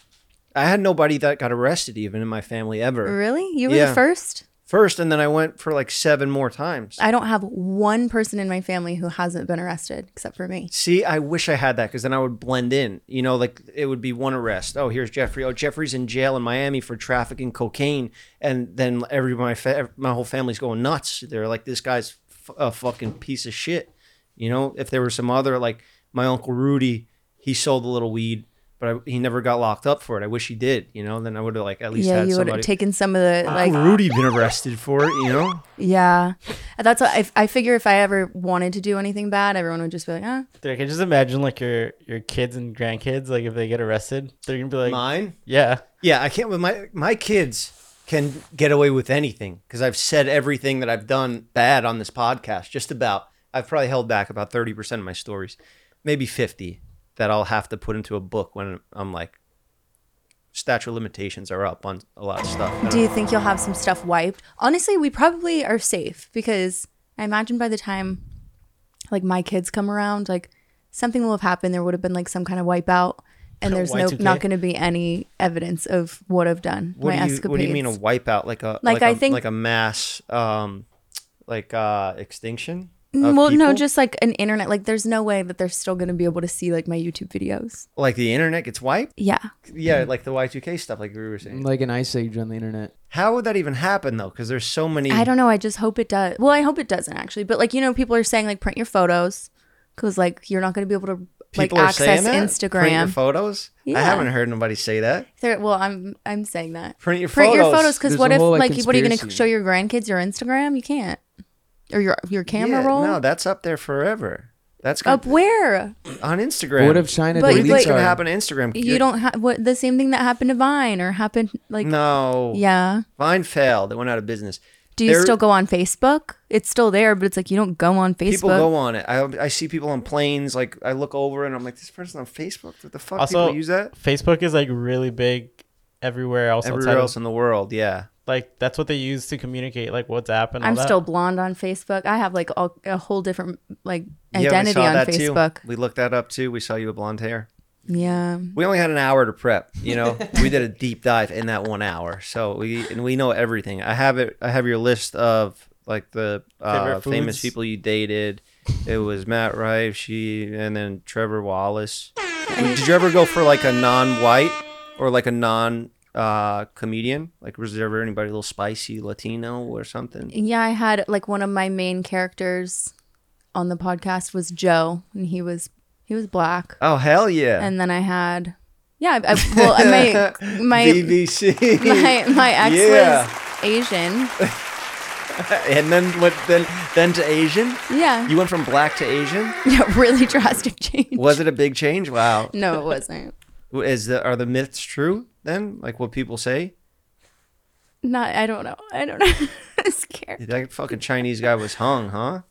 I had nobody that got arrested even in my family ever. Really? You were the Yeah. first? First, and then I went for like seven more times. I don't have one person in my family who hasn't been arrested except for me. See, I wish I had that because then I would blend in. You know, like it would be one arrest. Oh, here's Jeffrey. Oh, Jeffrey's in jail in Miami for trafficking cocaine, and then every my fa- my whole family's going nuts. They're like, this guy's f- a fucking piece of shit. You know, if there were some other like my uncle Rudy, he sold a little weed, but I, he never got locked up for it. I wish he did. You know, then I would have like at least Yeah, had you would somebody. have taken some of the like Uncle Rudy been arrested for it. You know, yeah. That's what I, I figure if I ever wanted to do anything bad, everyone would just be like, "Ah, Dude, I can just imagine like your your kids and grandkids like if they get arrested, they're gonna be like, mine. yeah, Yeah, I can't. My my kids can get away with anything because I've said everything that I've done bad on this podcast. Just about. I've probably held back about thirty percent of my stories, maybe fifty, that I'll have to put into a book when I'm like, statute of limitations are up on a lot of stuff. And do you think you'll have some stuff wiped?" Honestly, we probably are safe because I imagine by the time like my kids come around, like something will have happened. There would have been like some kind of wipeout, and there's no Y2K? not going to be any evidence of what I've done. what my do you escapades. What do you mean a wipeout? Like a Like, a I think- like a mass um, like uh extinction. Mm, of well no people? just like an internet like there's no way that they're still going to be able to see like my youtube videos like the internet gets wiped. yeah Yeah, Mm. like the Y two K stuff, like we were saying. Like an ice age on the internet. How would that even happen though? Because there's so many. i don't know i just hope it does well i hope it doesn't actually but like you know people are saying like print your photos because like you're not going to be able to like People are saying access that? Print your instagram photos. I Yeah. haven't heard nobody say that. They're- well i'm i'm saying that Print your print your photos. photos because There's what a if whole, like, like, what are you going to conspiracy. show your grandkids your instagram you can't or your your camera Yeah, roll No, that's up there forever. That's gonna, up where on Instagram. But what if China But- What do you deletes think's but- gonna our- happen to Instagram? you don't have what the same thing that happened to vine or happened like No. yeah Vine failed. It went out of business. Do you There- still go on Facebook? It's still there, but it's like you don't go on Facebook. People go on it. I, I see people on planes. Like I look over and I'm like, this person on Facebook. What the fuck? Also- people use that Facebook is like really big everywhere else. outside everywhere of- else in the world. Yeah. like that's what they use to communicate, like WhatsApp and all I'm that. still blonde on Facebook. I have like a, a whole different like yeah, we identity saw on that Facebook. Too. We looked that up too. We saw you with blonde hair. Yeah. We only had an hour to prep, you know. we did a deep dive in that one hour, so we and we know everything. I have it. I have your list of like the uh, Favorite foods. famous people you dated. It was Matt Rife, she, and then Trevor Wallace. did you ever go for like a non-white or like a non? Uh, comedian, like was there ever anybody a little spicy Latino or something? Yeah, I had like one of my main characters on the podcast was Joe, and he was he was black. Oh hell yeah! And then I had yeah, I, I- well my my BBC. my, my ex Yeah. was Asian. and then what? Then then to Asian. Yeah. You went from black to Asian. yeah, really drastic change. Was it a big change? Wow. No, it wasn't. Is the are the myths true then? Like what people say? Not I don't know. I don't know. I'm scared. That fucking Chinese guy was hung, huh?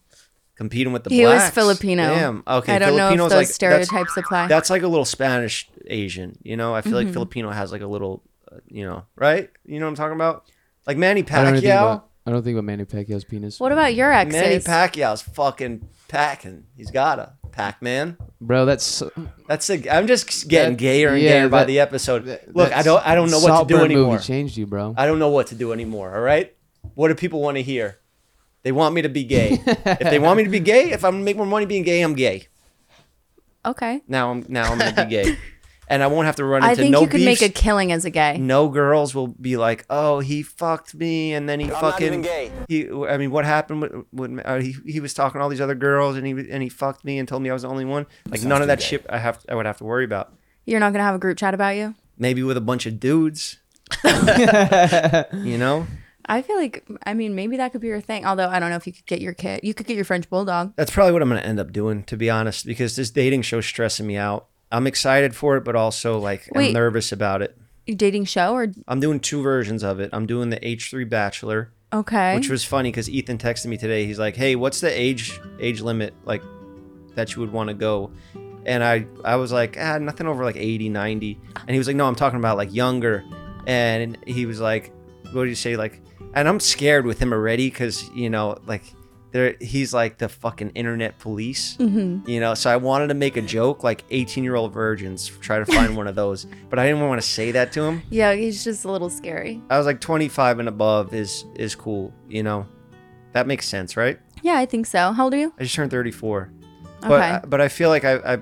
Competing with the He was blacks. Filipino. Damn. Okay. I don't know if Filipino's like- those that's- stereotypes apply. Mm-hmm. That's, like a little Spanish Asian. You know, I feel like Filipino has like a little, uh, you know, right? You know what I'm talking about? Like Manny don't know anything Pacquiao. about- I don't think about Manny Pacquiao's penis. What about your exes? Manny Pacquiao's fucking packing. He's gotta pack man. Bro, that's so- That's a, I'm just getting That- gayer and yeah, gayer by that- the episode. that- Look, I that's- don't I don't know what to Saltburn do anymore. Movie changed you, bro. I don't know what to do anymore. All right, what do people want to hear? They want me to be gay. if they want me to be gay, if I'm gonna make more money being gay, I'm gay. okay. Now I'm now I'm gonna be gay, and I won't have to run into I think no you could beefs. Mm. make a killing as a gay. no girls will be like, "Oh, he fucked me," and then he not fucking. even gay. He, I mean, what happened? With, with, uh, he he was talking to all these other girls, and he and he fucked me and told me I was the only one. Like none of that shit. I have I would have to worry about. You're not gonna have a group chat about you. Maybe with a bunch of dudes. you know, I feel like I mean maybe that could be your thing. Although I don't know if you could get your kid. You could get your French bulldog. that's probably what I'm gonna end up doing, to be honest, because this dating show's stressing me out. I'm excited for it, but also like I'm Wait. nervous about it. You dating show or I'm doing two versions of it. I'm doing the H3 Bachelor, okay. which was funny because Ethan texted me today. He's like, "Hey, what's the age age limit like that you would want to go?" And I I was like, "Ah, nothing over like 80, 90." And he was like, "No, I'm talking about like younger." And he was like, "What do you say like?" And I'm scared with him already because you know like there he's like the fucking internet police, you know. So I wanted to make a joke like 18 year old virgins try to find one of those, but I didn't want to say that to him. yeah, he's just a little scary. I was like 25 and above is is cool, you know. That makes sense, right? Yeah, I think so. How old are you? I just turned 34. But uh, Okay. but I feel like I, I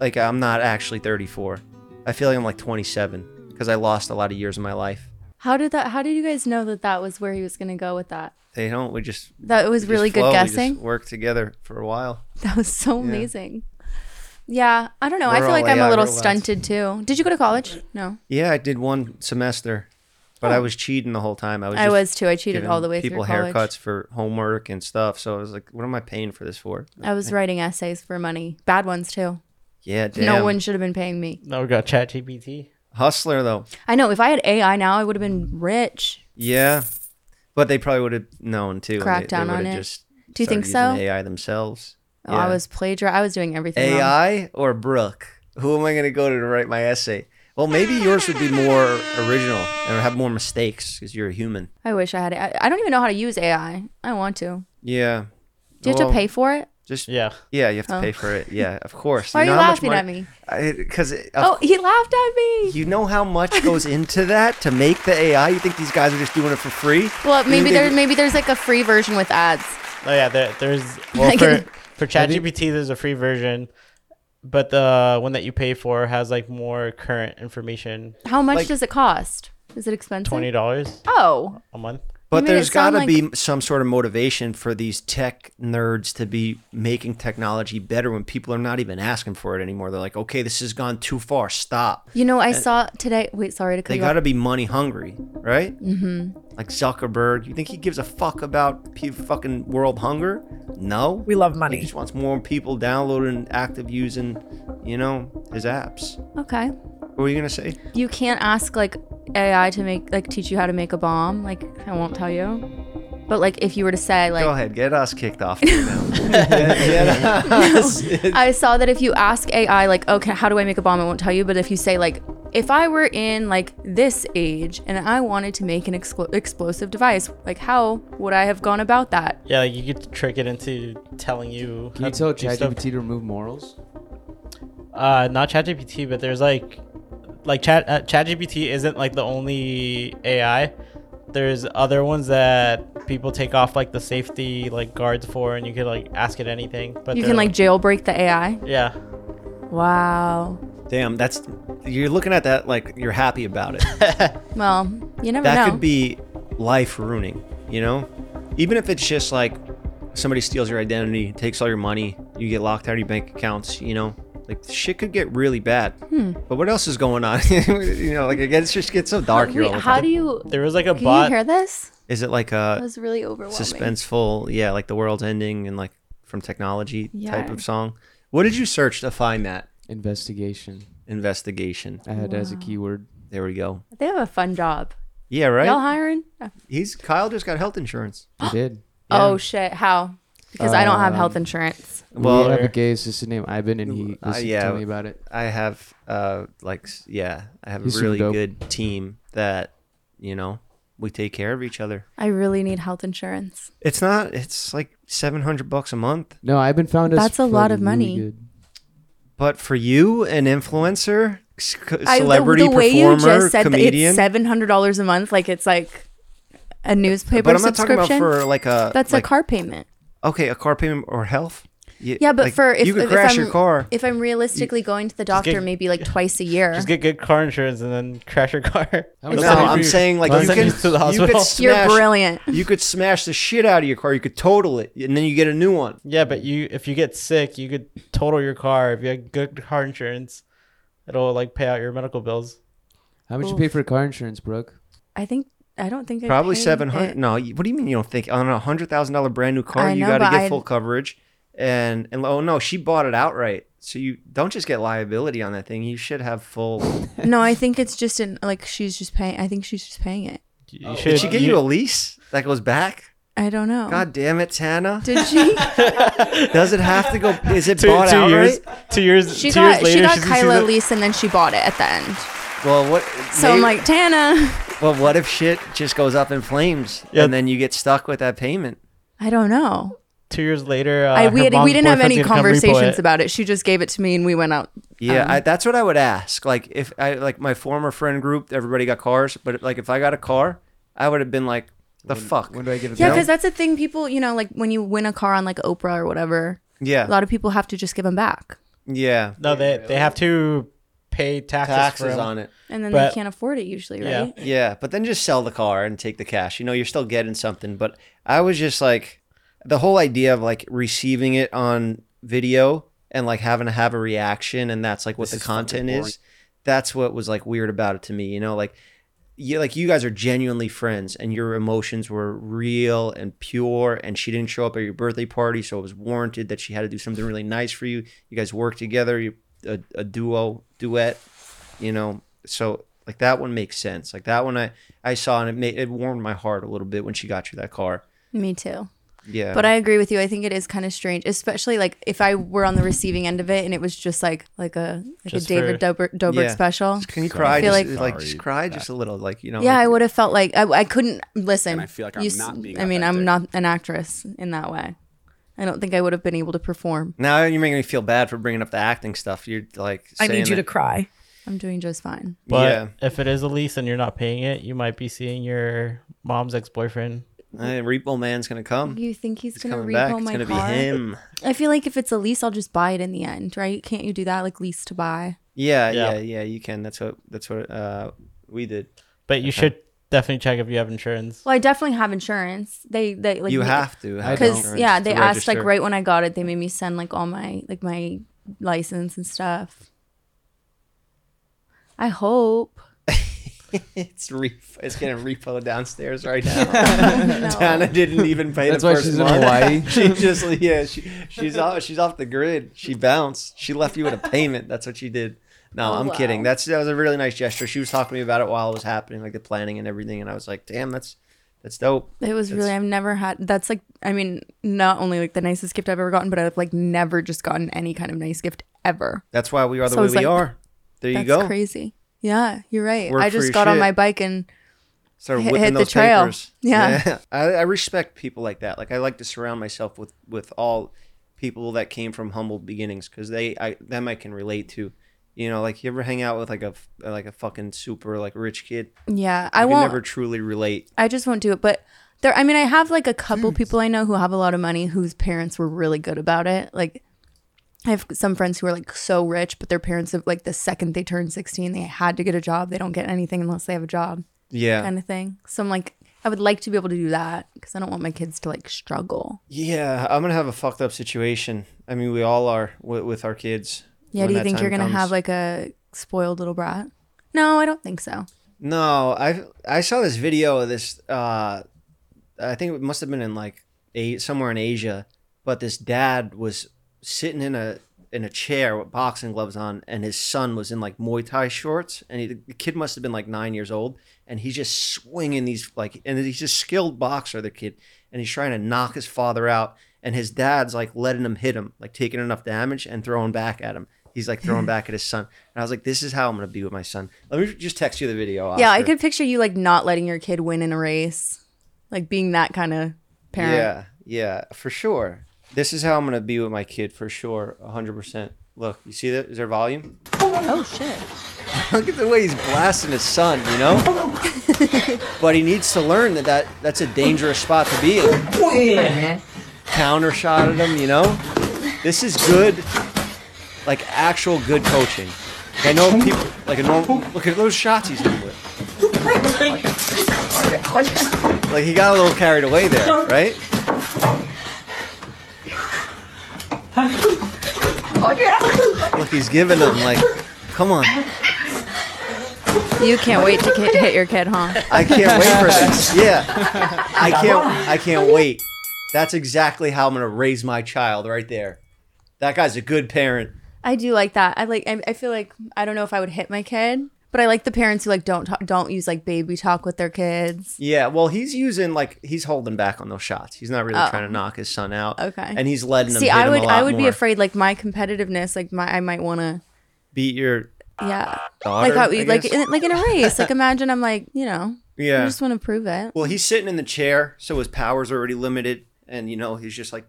like I'm not actually 34. I feel like I'm like 27 because I lost a lot of years of my life. How did that? How did you guys know that that was where he was gonna go with that? They don't we just That was we really just good flow, we just guessing. work together for a while. That was so amazing. Yeah, I don't know. I We're feel like all I'm AI a little robots. stunted too. Did you go to college? No, Yeah, I did one semester. But I was cheating the whole time. I was Oh. I just was too. I cheated giving all the way through people college. haircuts for homework and stuff. So I was like, what am I paying for this for? I was writing essays for money, bad ones too. Yeah, damn. No one should have been paying me. Now we got ChatGPT. Hustler though. I know. If I had AI now, I would have been rich. Yeah, but they probably would have known too. and Crack they, down they on would've it. Just Do you think started so? using AI themselves. Oh, I Yeah. was plagiar. I was doing everything. wrong. AI or Brooke? Who am I going to go to to write my essay? Well, maybe yours would be more original and have more mistakes because you're a human. I wish I had. I, I don't even know how to use AI. I want to. Yeah. Do you have Well, to pay for it? Just yeah. Yeah. you have to Oh. pay for it. Yeah, of course. Why are you how much laughing at money- me? I Because Oh, he laughed at me. you know how much goes into that to make the AI. You think these guys are just doing it for free? Well, You maybe think- there maybe there's like a free version with ads. Oh yeah, there, there's well I for can- for ChatGPT there's a free version, but the one that you pay for has like more current information. How much Like- does it cost? Is it expensive? Twenty dollars Oh, a month. But made it there's got sound to like- be some sort of motivation for these tech nerds to be making technology better when people are not even asking for it anymore. They're like, okay, this has gone too far. Stop. you know, I saw today. Wait, sorry to cut Uh, They you got to off. be money hungry, right? Mm-hmm. Like Zuckerberg. You think he gives a fuck about pe- fucking world hunger? No. We love He money. just wants more people downloading, active using, you know, his apps. Okay, What were you going to say? you can't ask like AI to make like teach you how to make a bomb. Like I won't tell you, but like if you were to say like Go ahead. Get us kicked off right now. Get us- I saw that if you ask AI, like, okay, how do I make a bomb? I won't tell you. But if you say, like, if I were in like this age and I wanted to make an expl- explosive device, like, how would I have gone about that? Yeah, like you could trick it into telling you. Can how you tell to do stuff. ChatGPT to remove morals? Uh, not ChatGPT, but there's like, like Chat uh, ChatGPT isn't like the only AI. There's other ones that people take off like the safety like guards for, and you could like ask it anything. But You they're, can like jailbreak the AI. yeah, Wow. Damn, that's. You're looking at that like you're happy about it. Well, you never that know. could be life ruining, you know? Even if it's just like somebody steals your identity, takes all your money, you get locked out of your bank accounts, you know? Like shit could get really bad. Hmm. But what else is going on? you know, like again, it's just gets so dark here. Wait, all the how time. do you? there was like a Can you bot. hear this? is it like That a was really overwhelming. suspenseful, yeah, like the world's ending and like from technology type Yeah. of song? What did you search to find that Investigation. investigation? I had as a keyword. There we go. They have a fun job. Yeah, right. Y'all hiring? He's Kyle just got health insurance. I did. Oh shit! How? Because I don't have Um, health insurance. Well- Well, we have a gay assistant named Ivan, and he Uh, was yeah. telling me about it. I have uh like s- yeah, I have He's a super really dope. good team that you know we take care of each other. I really need health insurance. It's not. It's like seven hundred bucks a month. No, I've been found. as That's a lot of really money. good. But for you, an influencer, c- I- the- celebrity the, way performer, you just said that comedian. it's seven hundred dollars a month, like it's like a newspaper but I'm not talking subscription. about for like a That's like, a car payment. Okay, a car payment or health. You- Yeah, but like, for if, you could if crash I'm, your car. if I'm realistically going to the doctor get- maybe like twice a year, Just get good car insurance and then crash your car. How no, They'll send you I'm to- saying like they'll you send can you to the you could hospital. smash, You're brilliant. You could smash the shit out of your car. You could total it, and then you get a new one. Yeah, but you if you get sick, you could total your car. If you have good car insurance, it'll like pay out your medical bills. How much you pay for car insurance, Brooke? I think I don't think I Probably paid seven it. hundred. No, you- what do you mean you don't think on a hundred thousand dollar brand new car I you know, got to but get I- full coverage? And and oh no, she bought it outright. So you don't just get liability on that thing. You should have full. No, I think it's just an like she's just paying. I think she's just paying it. You Did she give you a lease that goes back? I don't know. God damn it, Tana! Did she? Does it have to go? Is it two, bought two outright? years? Two years. She two got years later, she got she's- she's Kyla like- lease and then she bought it at the end. Well, what? So I'm maybe- like Tana. Well, what if shit just goes up in flames Yeah. and then you get stuck with that payment? I don't know. Two years later, uh, I her we had, we mom's didn't have boyfriend's any gonna come repo conversations it. about it. She just gave it to me and we went out. Yeah, Um, I, that's what I would ask. Like if I like my former friend group, everybody got cars, but like if I got a car, I would have been like, the fuck. When do I get it Yeah, back? because that's the thing. People, you know, like when you win a car on like Oprah or whatever, a yeah, lot of people have to just give them back, yeah. No, they they have to pay taxes, Taxes on it. and then But- they can't afford it usually, Yeah. right? Yeah, but then just sell the car and take the cash. You know, you're still getting something. But I was just like, the whole idea of like receiving it on video and like having to have a reaction, and that's like what the content is. That's what was like weird about it to me. You know, like you like you guys are genuinely friends, and your emotions were real and pure. And she didn't show up at your birthday party, so it was warranted that she had to do something really nice for you. You guys worked together, you, a, a duo duet you know so like that one makes sense like that one i i saw and it made it warmed my heart a little bit when she got you that car Me too. yeah But I agree with you. I think it is kind of strange, especially like if I were on the receiving end of it and it was just like like a like Just a David Dobrik, Dobrik Yeah. special. can you cry I feel just, like- like, just cry just a little like you know Yeah, like, I would have felt like I, I couldn't listen. And I feel like I'm You s- not being I mean, I'm not authentic. an actress in that way. I don't think I would have been able to perform. now you're making me feel bad for bringing up the acting stuff you're like I saying need you to that- cry. I'm doing just fine. But yeah if it is a lease and you're not paying it, you might be seeing your mom's ex boyfriend. Hey, Uh, repo man's gonna come You think he's, he's gonna coming repo back it's my gonna car? be him I feel like if it's a lease, I'll just buy it in the end, right? Can't you do that, like lease to buy? yeah, yeah Yeah. yeah you can that's what that's what uh we did But you should definitely check if you have insurance. Well, I definitely have insurance. They they like you ma- have to have because insurance yeah, to they asked like register. right when I got it, they made me send like all my like my license and stuff. I hope. it's re- it's gonna repo downstairs right now No. Tana didn't even pay That's the why first she's in month. Hawaii. she just yeah she, she's off she's off the grid she bounced she left you with a payment that's what she did no Oh, i'm wow. kidding that's that was a really nice gesture she was talking to me about it while it was happening like the planning and everything and i was like damn that's that's dope It was really I've never had that's like I mean not only like the nicest gift I've ever gotten, but I've like never just gotten any kind of nice gift ever. that's why we are the So I way was we like, are there you That's go crazy. Yeah, you're right. Work I for your just got on shit. my bike and Started hit- whipping hit the those trail. papers. Yeah. I, I respect people like that. Like I like to surround myself with with all people that came from humble beginnings because they I them I can relate to. You know, like you ever hang out with like a f- like a fucking super like rich kid, yeah, you I can won't never truly relate. I just won't do it. But there, I mean, I have like a couple people I know who have a lot of money whose parents were really good about it. Like, I have some friends who are like so rich, but their parents have like the second they turn 16, they had to get a job. They don't get anything unless they have a job, Yeah, kind of thing. So I'm like, I would like to be able to do that because I don't want my kids to like struggle. yeah. I'm gonna have a fucked up situation. I mean, we all are with, with our kids. Yeah. when do you that think time you're going to comes. have like a spoiled little brat? No, I don't think so. No, I I saw this video of this. Uh, I think it must have been in like a somewhere in Asia, but this dad was sitting in a in a chair with boxing gloves on, and his son was in like Muay Thai shorts, and he, the kid must have been like nine years old, and he's just swinging these like, and he's a skilled boxer, the kid, and he's trying to knock his father out, and his dad's like letting him hit him, like taking enough damage and throwing back at him, He's like throwing back at his son, and I was like, "This is how I'm gonna be with my son." Let me just text you the video. Yeah, I after. could picture you like not letting your kid win in a race, like being that kind of parent. Yeah, yeah, for sure. This is how I'm gonna be with my kid for sure, 100. percent Look, you see that? Is there volume? Oh shit. Look at the way he's blasting his son, you know. but he needs to learn that, that that's a dangerous spot to be in. Counter shot at him, you know. This is good, like actual good coaching. I know people like a normal. Look at those shots he's doing. With. Like he got a little carried away there, right? Look, he's giving him like, come on. You can't wait to ki- hit your kid, huh? I can't wait for this. Yeah. I can't I can't wait. That's exactly how I'm going to raise my child right there. That guy's a good parent. I do like that. I like. I, I feel like I don't know if I would hit my kid, but I like the parents who like don't talk, don't use like baby talk with their kids. Yeah, well, he's using like he's holding back on those shots. He's not really Oh. trying to knock his son out. Okay. And he's letting him See, hit I him a would I lot would be more. afraid like my competitiveness, like my I might want to beat your yeah. daughter. like how we I like guess. in, like in a race. Like imagine I'm like you know I yeah. just want to prove it. Well, he's sitting in the chair, so his power's already limited and you know, he's just like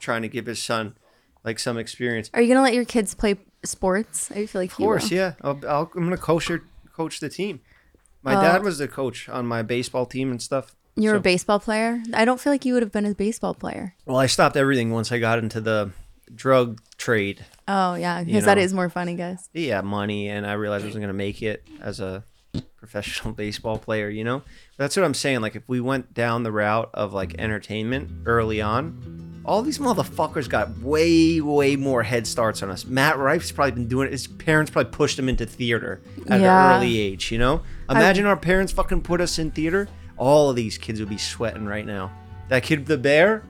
trying to give his son like some experience. Are you gonna let your kids play sports? I feel like Of course, yeah. I'll, I'll, I'm gonna coach your, coach the team. My dad was the coach on my baseball team and stuff. Uh, You're so- a baseball player. I don't feel like you would have been a baseball player. Well, I stopped everything once I got into the drug trade. Oh yeah, because that know. is more funny, guys. Yeah, money, and I realized I wasn't gonna make it as a professional baseball player. You know, but that's what I'm saying. Like, if we went down the route of like entertainment early on, all these motherfuckers got way, way more head starts on us. Matt Rife's probably been doing it. His parents probably pushed him into theater at an Yeah. early age. You know, imagine our parents fucking put us in theater. All of these kids would be sweating right now. That kid, with the bear,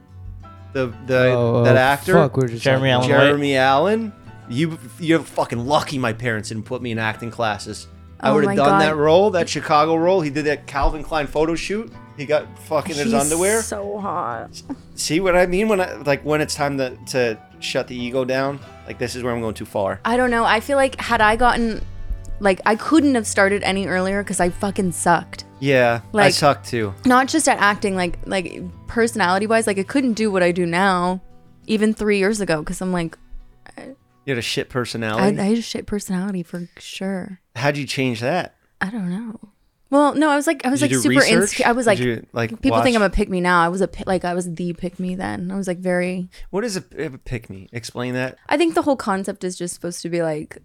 the the Oh, that oh, actor. Fuck, we're just Jeremy Allen talking White. Jeremy Allen, you you're fucking lucky my parents didn't put me in acting classes. I Oh would my have done God. that role, that Chicago role. He did that Calvin Klein photo shoot. He got fucking his underwear. So hot. See what I mean when I like when it's time to to shut the ego down. Like this is where I'm going too far. I don't know. I feel like had I gotten, like, I couldn't have started any earlier because I fucking sucked. Yeah, I Like- suck too. Not just at acting, like, like personality wise, like I couldn't do what I do now, even three years ago, because I'm like, You had a shit I, personality. I had a shit personality for sure. How'd you change that? I don't know. Well, no, I was like, I was Did like you do super research? insecure. I was Did like, you, like, people think I'm watch- a pick me now. I was a pi- like, I was the pick me then. I was like very. What is a, a pick me? Explain that. I think the whole concept is just supposed to be like,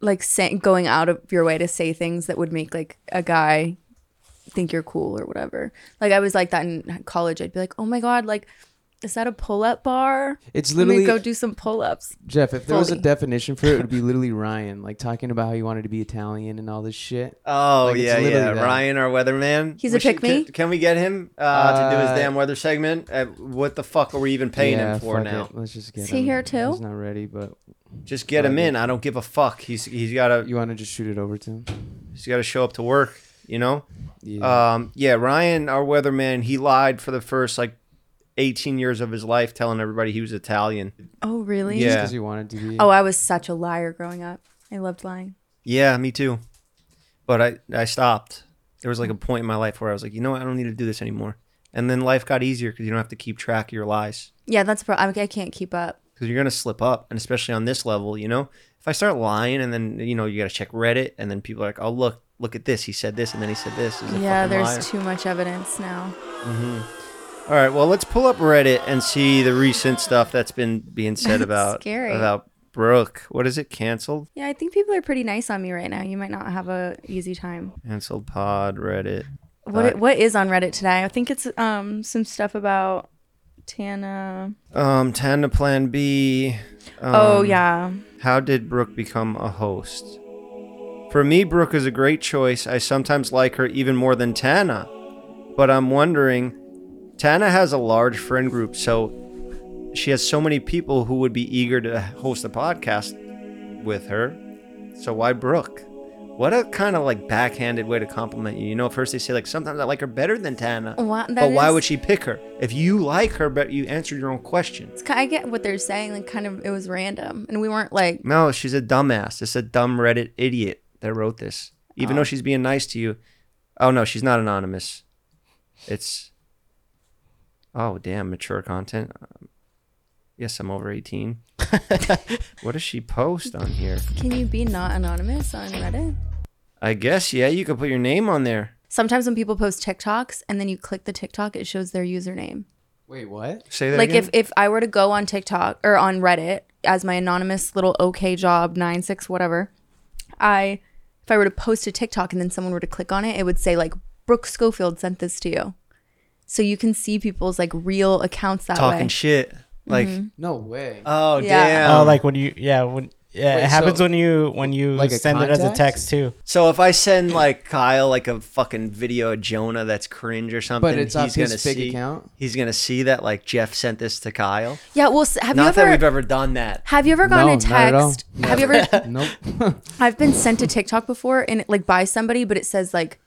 like say, going out of your way to say things that would make like a guy think you're cool or whatever. Like I was like that in college. I'd be like, oh my god, like is that a pull up bar? It's Let me literally go do some pull ups. Jeff. If there was a fully. definition for it, it would be literally Ryan, like talking about how he wanted to be Italian and all this shit. Oh Like, it's yeah, literally yeah. that. Ryan, our weatherman. He's a We should- pick me? Can, can we get him uh, to do his Uh, damn weather segment? Uh, what the fuck are we even paying yeah, him for fuck now? it. Let's just get Is he him. here too? He's not ready, but Just get him in. I don't give a fuck. He's he's got to you want to just shoot it over to him? he's got to show up to work. You know. Yeah. Um. Yeah. Ryan, our weatherman, he lied for the first like. 18 years of his life telling everybody he was Italian. Oh really? Yeah. Because you wanted to be. Oh, I was such a liar growing up. I loved lying. Yeah, me too. But I I stopped. There was like a point in my life where I was like, you know what? I don't need to do this anymore. And then life got easier because you don't have to keep track of your lies. Yeah, that's pro- I, I can't keep up. because you're gonna slip up, and especially on this level, you know. If I start lying, and then you know you gotta check Reddit, and then people are like, "Oh, look, look at this. He said this, and then he said this." He's a Yeah, fucking there's liar. too much evidence now. All right, well, let's pull up Reddit and see the recent stuff that's been being said about Scary. about Brooke. What is it? Cancelled, Yeah, I think people are pretty nice on me right now. You might not have a easy time. cancelled pod Reddit. What Uh, what is on Reddit today? I think it's um some stuff about Tana. Um, ten to Plan B. Um, oh yeah. How did Brooke become a host? For me, Brooke is a great choice. I sometimes like her even more than Tana. But I'm wondering, Tana has a large friend group, so she has so many people who would be eager to host a podcast with her. So why Brooke? What a kind of like backhanded way to compliment you. You know, first they say like sometimes I like her better than Tana, Wha- that but why is- would she pick her if you like her? But you answered your own question. It's ki- I get what they're saying. Like, kind of, it was random, and we weren't like, No, she's a dumbass. It's a dumb Reddit idiot that wrote this. Even though she's being nice to you. Oh no, she's not anonymous. It's Oh damn, mature content. Um, yes, I'm over 18. what does she post on here? "Can you be not anonymous on Reddit?" I guess yeah, you could put your name on there. Sometimes when people post TikToks and then you click the TikTok, it shows their username. Wait, what? Say that like again. if if I were to go on TikTok or on Reddit as my anonymous little okay job nine six whatever, I if I were to post a TikTok and then someone were to click on it, it would say like Brooke Schofield sent this to you, so you can see people's like real accounts that talking way. shit like No way. oh Mm-hmm. Yeah. damn. Oh, like when you yeah when yeah Wait, it happens so- when you when you Like a send it as a contact? text too. so if I send like Kyle like a fucking video of Jonah that's cringe or something, But it's he's off his gonna fake see account? he's gonna see that like Jeff sent this to Kyle. yeah, well, s- have you Not ever, that we've ever done that. have you ever no, gotten a not at all. text? Have you ever? nope. I've been sent a TikTok before and it, like by somebody, but it says like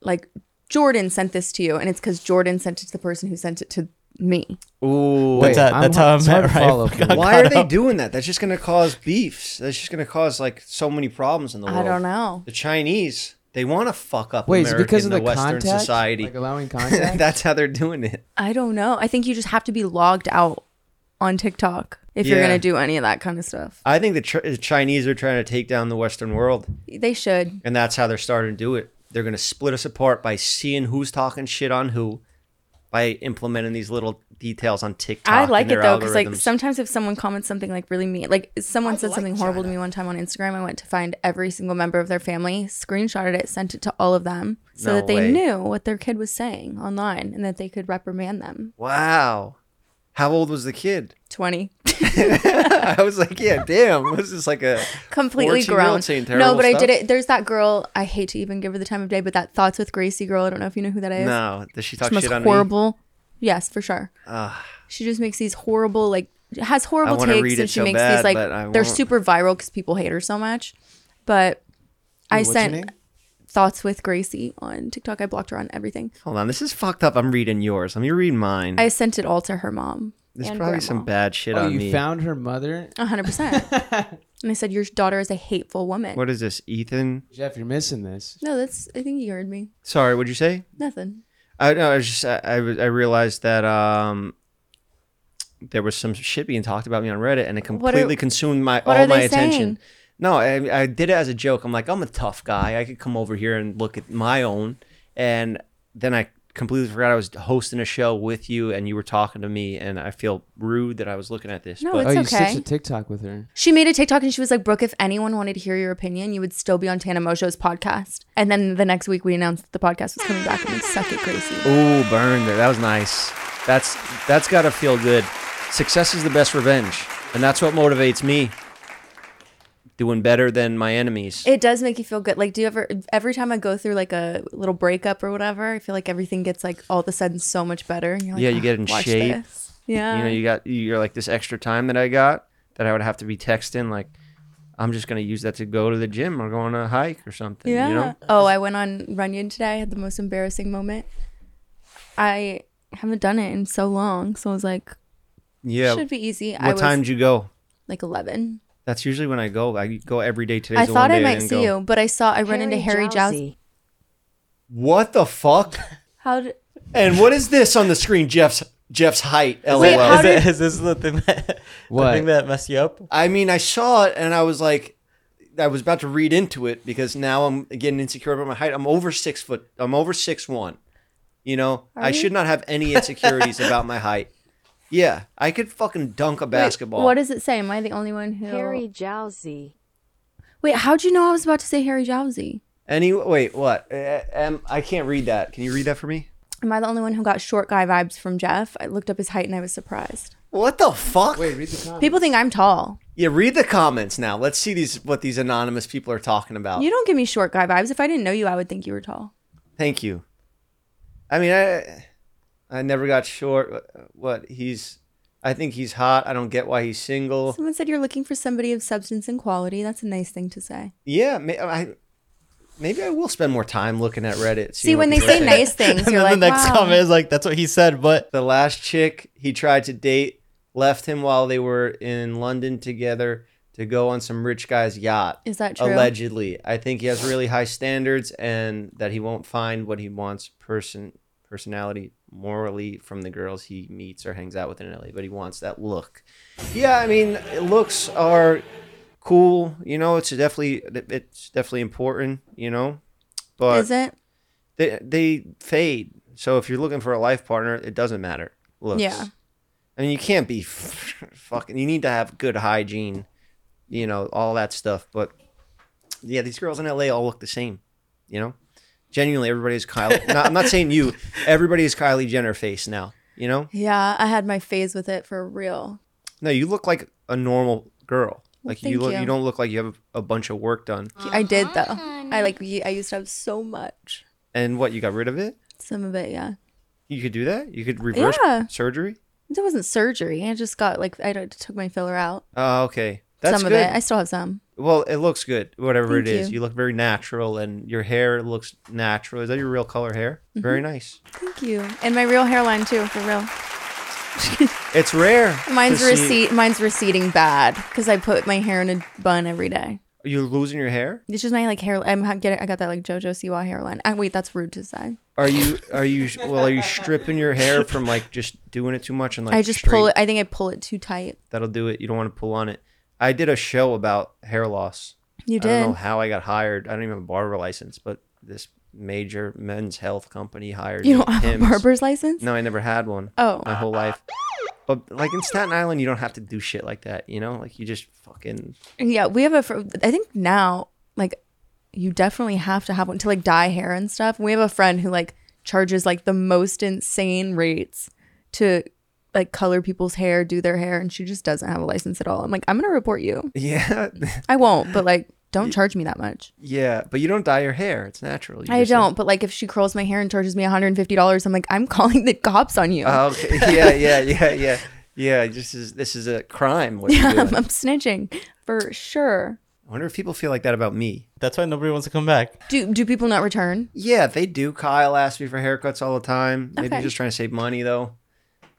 like Jordan sent this to you, and it's because Jordan sent it to the person who sent it to me. Ooh, Wait, That's how- I'm that's how I hard- it's met, hard to right? follow Fuck. for me. Why are they doing that? That's just going to cause beefs. That's just going to cause like so many problems in the world. I don't know. The Chinese, they want to fuck up Wait, is it American, because of the, the, Western contact? society. Like allowing contact? That's how they're doing it. I don't know. I think you just have to be logged out on TikTok if you're Yeah. gonna do any of that kind of stuff. I think the, Ch- the Chinese are trying to take down the Western world, They should. and that's how they're starting to do it. They're going to split us apart by seeing who's talking shit on who, by implementing these little details on TikTok. I and like it their though because like algorithms. sometimes if someone comments something like really mean, like someone said something horrible to me one time on Instagram, I went to find every single member of their family, screenshotted it, sent it to all of them so No that they way. knew what their kid was saying online and that they could reprimand them. wow, how old was the kid? Twenty. I was like, yeah, damn, was this like a completely 14-year-old grown. saying No, terrible but I stuff? did it. There's that girl. I hate to even give her the time of day, but that thoughts with Gracie girl. I don't know if you know who that is. No, does she It's talk the most shit on me? Ah. horrible. Yes, for sure. she just makes these horrible, like has horrible wanna takes, read and it she so makes bad, these like but I they're won't. super viral because people hate her so much. But I What's her sent name? thoughts with Gracie on TikTok. I blocked her on everything. Hold on, this is fucked up. I'm reading yours. Let me read mine. I sent it all to her mom. There's and probably some grandma. bad shit Oh, on you me. found her mother? A hundred percent. And I said, "Your daughter is a hateful woman." what is this, Ethan? Jeff, you're missing this. No, that's. I think you heard me. Sorry, what'd you say? Nothing. I no, I was just I, I was- I realized that um there was some shit being talked about me on Reddit, and it are- completely consumed my what all are my they attention. saying? No, I, I did it as a joke. I'm like, I'm a tough guy. I could come over here and look at my own, and then I completely forgot I was hosting a show with you, and you were talking to me, and I feel rude that I was looking at this. No, but oh, It's you okay. stitched a TikTok with her. She made a TikTok and she was like, Brooke, if anyone wanted to hear your opinion, you would still be on Tana Mojo's podcast. And then the next week we announced that the podcast was coming back and we suck it, Gracie. Ooh, burned there. That was nice. That's that's gotta feel good. Success is the best revenge, and that's what motivates me. Doing better than my enemies. It does make you feel good. Like, do you ever, every time I go through like a little breakup or whatever, I feel like everything gets like all of a sudden so much better. And you're like, Yeah, you "Ah, get in watch shape. this." Yeah. You know, you got you're like this extra time that I got that I would have to be texting. Like, I'm just gonna use that to go to the gym or go on a hike or something. yeah. You know? Oh, I went on Runyon today. I had the most embarrassing moment. I haven't done it in so long. So I was like, Yeah. should be easy. I what was time did you go? like 11. That's usually when I go. I go every day. Today's I the one thought day I might didn't see go. you, but I saw, I ran into Harry Jowsey. What the fuck? How did, and what is this on the screen? Jeff's Jeff's height. LOL. Wait, how Is, did- it, is this the thing that What? the thing that messed you up? I mean, I saw it and I was like, I was about to read into it because now I'm getting insecure about my height. I'm over six foot. I'm over six one. You know, I should not have any insecurities about my height. Yeah, I could fucking dunk a basketball. what does it say? Am I the only one who? Harry Jowsey. Wait, how'd you know I was about to say Harry Jowsey? Any wait, what? Uh, um, I can't read that. Can you read that for me? Am I the only one who got short guy vibes from Jeff? I looked up his height and I was surprised. What the fuck? Wait, read the comment. People think I'm tall. Yeah, read the comments now. Let's see these what these anonymous people are talking Oh. about. You don't give me short guy vibes. If I didn't know you, I would think you were tall. Thank you. I mean, I I never got short. uh, What he's, I think he's hot. I don't get why he's Oh. single. Someone said you're looking for somebody of substance and quality. That's a nice thing to say. Yeah, ma- I Maybe I will spend more time looking at Reddit. See, what when they people say nice things, and you're then like, the next wow. comment is like, "That's what he said," but the last chick he tried to date left him while they were in London together to go on some rich guy's yacht. Is that true? Allegedly. I think he has really high standards and that he won't find what he wants person personality morally from the girls he meets or hangs out with in LA, but he wants that look. Yeah, I mean, looks are cool, you know, it's definitely it's definitely important, you know. But is it? they they fade. So if you're looking for a life partner, it doesn't matter. Looks. Yeah. I mean, you can't be f- fucking. You need to have good hygiene, you know, all that stuff. But yeah, these girls in LA all look the same, you know. Genuinely, everybody's Kylie. not, I'm not saying you. Everybody's Kylie Jenner face now. You know. Yeah, I had my phase with it for real. No, you look like a normal girl. Like you thank look. You. you. don't look like you have a bunch of work done. I did though. I like ye- I used to have so much. And what you got rid of it? Some of it, yeah. You could do that. You could reverse Yeah. surgery. It wasn't surgery. I just got like I don't- took my filler out. Oh, okay. That's some good. of it. I still have some. Well, it looks good, whatever it Thank is. You. you. look very natural, and your hair looks natural. Is that your real color hair? Very Mm-hmm. nice. Thank you. And my real hairline too, for real. It's rare. Mine's to see- recede. Mine's receding bad because I put my hair in a bun every day. You're losing your hair. It's just my like hair. I'm ha- getting. I got that like JoJo Siwa hairline. I, wait, that's rude to say. Are you? Are you? Well, are you stripping your hair from like just doing it too much and like? I just pull straight- it. I think I pull it too tight. That'll do it. You don't want to pull on it. I did a show about hair loss. You I did. don't know how I got hired. I don't even have a barber license, but this major men's health company hired You me don't at have a Hims. barber's license. No, I never had one. Oh. My whole life. But like in Staten Island, you don't have to do shit like that, you know? Like you just fucking Yeah, we have a. Fr- I think now, like, you definitely have to have one to like dye hair and stuff. We have a friend who like charges like the most insane rates to like color people's hair, do their hair, and she just doesn't have a license at all. I'm like, I'm gonna report you. Yeah. I won't, but like, don't charge me that much. yeah. But you don't dye your hair. It's natural. You I just, don't, but like, if she curls my hair and charges me 150 dollars, I'm like, I'm calling the cops on you. Like, oh, okay. Yeah, yeah, yeah, yeah. Yeah. This is this is a crime. What you're doing. I'm snitching for sure. I wonder if people feel like that about me. that's why nobody wants to come back. Do do people not return? Yeah, they do. Kyle asks me for haircuts all the time. Maybe Okay. just trying to save money though.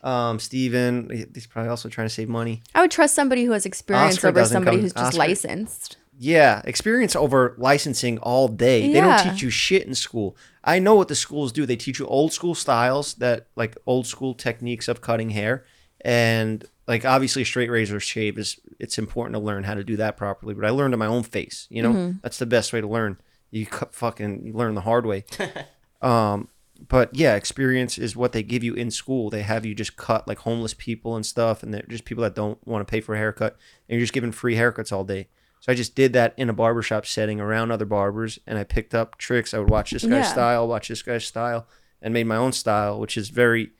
Um, Steven, he- he's probably also trying to save money. I would trust somebody who has experience Oscar over doesn't somebody come- who's just Oscar- licensed. Yeah, experience over licensing all day. They don't Yeah. teach you shit in school. I know what the schools do. They teach you old school styles that like old school techniques of cutting hair and like obviously straight razor shave is it's important to learn how to do that properly, but I learned on my own face, you know? That's the best way to learn. You cut fucking you learn the hard way. um but yeah, experience is what they give you in school. They have you just cut like homeless people and stuff, and they're just people that don't want to pay for a haircut, and you're just given free haircuts all day. So I just did that in a barbershop setting around other barbers, and I picked up tricks. I would watch this guy's Yeah. style, watch this guy's style, and made my own style, which is very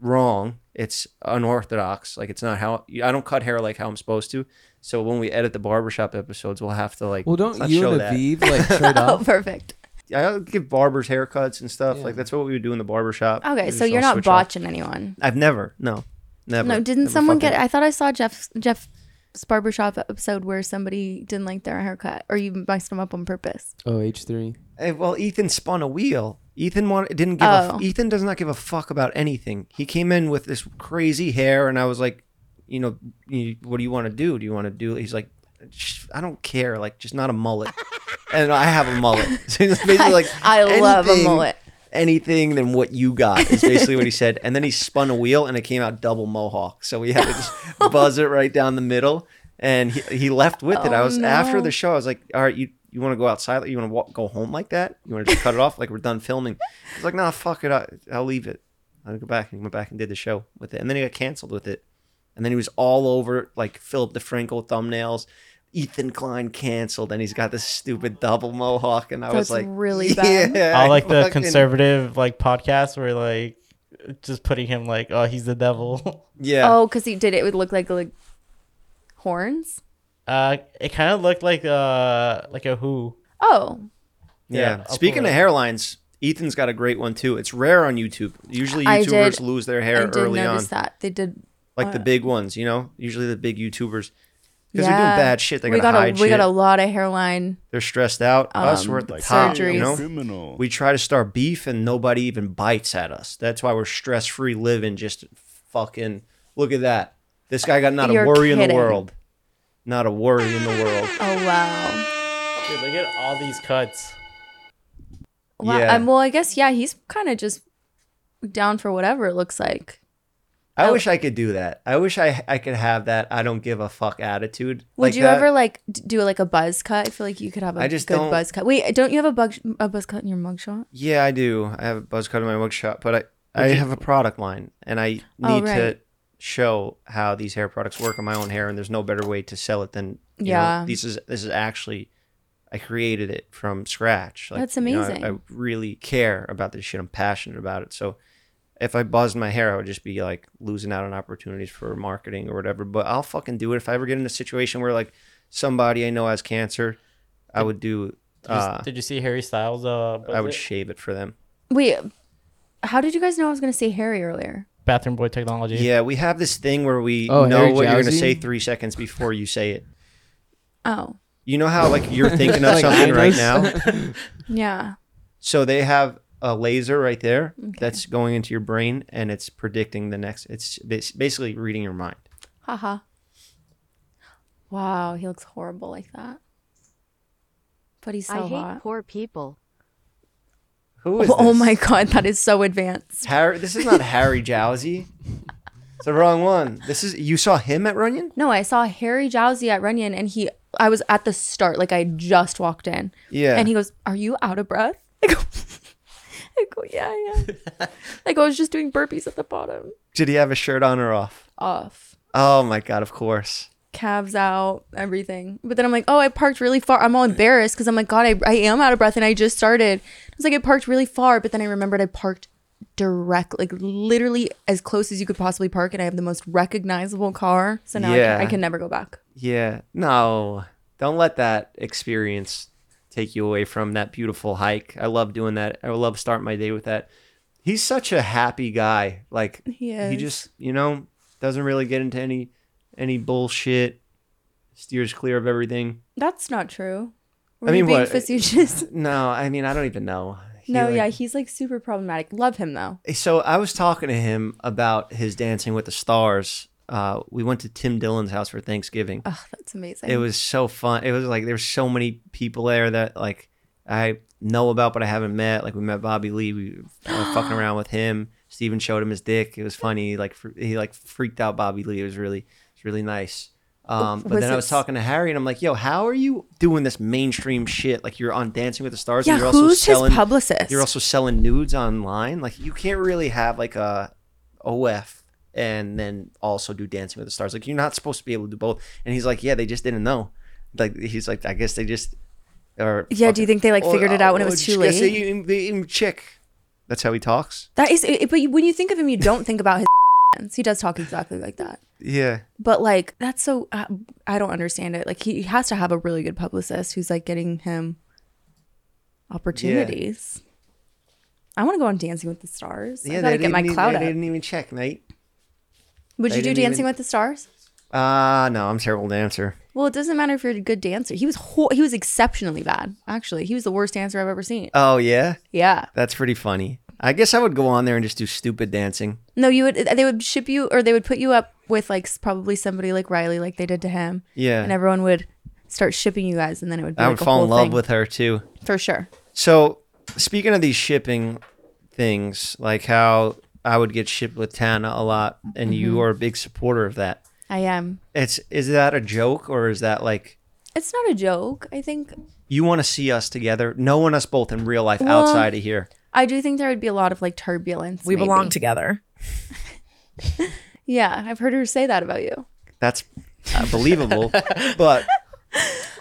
wrong. It's unorthodox. Like it's not how I don't cut hair like how I'm supposed to. So when we edit the barbershop episodes, we'll have to like Well, let's don't not you show and that. Aviv like trade Oh, off? perfect. I would give barbers haircuts and stuff. Like that's what we would do in the barbershop. Okay, We so just you're all not switch off. botching anyone. I've never. No. Never. No, didn't Never someone fucking- get? I thought I saw Jeff's Jeff's barbershop episode where somebody didn't like their haircut, or you messed them up on purpose. Oh, H three. Eh, well, Ethan spun a wheel. Ethan wanted, didn't give. a Oh. f Ethan does not give a fuck about anything. He came in with this crazy hair, and I was like, you know, you, what do you want to do? Do you want to do? He's like, "Sh- I don't care. Like, just not a mullet. and I have a mullet. So he's basically like, I love a "Anything- mullet." Anything than what you got is basically what he said. And then he spun a wheel, and it came out double mohawk. So we had to just buzz it right down the middle. And he, he left with it. I was after Oh, no. the the show, I was like, all right, you, you want to go outside? You want to walk, go home like that? You want to just cut it off? Like, we're done filming. He's like, nah, fuck it. I, I'll leave it. I'll go back. And he went back and did the show with it. And then he got canceled with it. And then he was all over, like, Philip DeFranco thumbnails. Ethan Klein canceled. And he's got this stupid double mohawk. And I was That's like, really bad. Yeah, I like the fucking- conservative like podcast where like just putting him like, oh, he's the devil. Yeah. Oh, because he did it would look like like horns. Uh, it kind of looked like uh like a who. Oh, Yeah. Yeah, I'll Speaking pull of it hairlines, Ethan's got a great one too. It's rare on YouTube. Usually I YouTubers did- lose their I hair did early on. notice that they did. like the big ones, you know, usually the big YouTubers. because they're doing bad shit. They're we gonna got hide a we shit. got a lot of hairline. they're stressed out. us, um, we're at the top. surgeries. You know, Criminal. we try to start beef and nobody even bites at us. That's why we're stress free living. Just fucking look at that. This guy got not You're a worry in the kidding. world. Not a worry in the world. Oh wow. Dude, look at all these cuts. Wow. Yeah. Um, well, I guess yeah, he's kind of just down for whatever it looks like. I Oh. wish I could do that. I wish I I could have that I don't give a fuck attitude. Would you that. ever like d- do like a buzz cut? I feel like you could have a I just good don't- buzz cut. Wait, don't you have a bug a buzz cut in your mugshot? Yeah, I do. I have a buzz cut in my workshop, but I I have a product line and I need Oh, to right. show how these hair products work on my own hair and there's no better way to sell it than you know, Yeah. this is this is actually I created it from scratch. Like, That's you know, I- amazing. I, really care about this shit. I'm passionate about it. So if I buzzed my hair, I would just be like losing out on opportunities for marketing or whatever. But I'll fucking do it. If I ever get in a situation where like somebody I know has cancer, I would do Did you, uh, did you see Harry Styles? Uh, what I is would it? shave it for them. Wait, how did you guys know I was gonna say Harry earlier? Bathroom boy technology. Yeah, we have this thing where we Oh, know Harry what you're going to Jowsey? say three seconds before you say it. Oh, You know how like you're thinking of Like, something I right know now. yeah. So they have a laser right there that's going into your brain and it's predicting the next. It's bas- basically reading your mind. Haha. Wow, he looks horrible like that. But he's so I hate hot. poor people. Who is? oh this? my god, that is so advanced. Harry, this is not Harry Jowsey. It's the wrong one. This is you saw him at Runyon. No, I saw Harry Jowsey at Runyon and he I was at the start, like I just walked in. Yeah. And he goes, Are you out of breath? I go, I go, yeah, yeah. I go, I was just doing burpees at the bottom. Did he have a shirt on or off? Off. Oh my god! Of course. Calves out, everything. But then I'm like, oh, I parked really far. I'm all embarrassed because I'm like, God, I, I am out of breath and I just started. I was like, I parked really far, but then I remembered I parked direct, like literally as close as you could possibly park, and I have the most recognizable car. So now I, Yeah. can, I can never go back. Yeah. No, don't let that experience take you away from that beautiful hike. I love doing that. I love starting my day with that. He's such a happy guy. Like He he is. just, you know, doesn't really get into any any bullshit. Steers clear of everything. That's not true. Were I you mean, being what- facetious? No, I mean, I don't even know. He, no, like- yeah, he's like super problematic. Love him though. So I was talking to him about his Dancing with the Stars. Uh, we went to Tim Dillon's house for Thanksgiving. Oh, that's amazing. it was so fun. It was like there's so many people there that like I know about but I haven't met. Like we met Bobby Lee. We were fucking around with him. Steven showed him his dick. It was funny. Like fr- he like freaked out Bobby Lee. It was really it's really nice. Um, but Was then I it was s- talking to Harry and I'm like, yo, how are you doing this mainstream shit? Like you're on Dancing with the Stars. yeah, and you're also who's selling, his publicist? You're also selling nudes online. Like you can't really have like a OF and then also do Dancing with the Stars. Like you're not supposed to be able to do both. And he's like, yeah, they just didn't know. Like he's like, I guess they just are. yeah, do you think they like fucking- figured it out when it oh, was oh, too guess late? They, didn't- they didn't check. That's how he talks. That is, it, but you- when you think of him, you don't think about his. hands. he does talk exactly like that. Yeah. But like that's so uh, I don't understand it. Like he, he has to have a really good publicist who's like getting him opportunities. I want to go on Dancing with the Stars. Yeah, I gotta they get my didn't e- clout they up. didn't even check, mate. Would they you do didn't Dancing even- with the Stars? Ah, no, I'm a terrible dancer. Well, it doesn't matter if you're a good dancer. He was ho- he was exceptionally bad. Actually, he was the worst dancer I've ever seen. Oh yeah, Yeah. that's pretty funny. I guess I would go on there and just do stupid dancing. No, you would. They would ship you, or they would put you up with like s- probably somebody like Riley, like they did to him. Yeah. And everyone would start shipping you guys, and then it would. Be I like would a fall whole in love thing. with her too. for sure. So, speaking of these shipping things, like how I would get shipped with Tana a lot, and you are a big supporter of that. I am. It's is that a joke or is that like It's not a joke. I think you want to see us together, knowing us both in real life Well- outside of here? I do think there would be a lot of like turbulence. We belong maybe. together. Yeah, I've heard her say that about you. That's uh, believable, but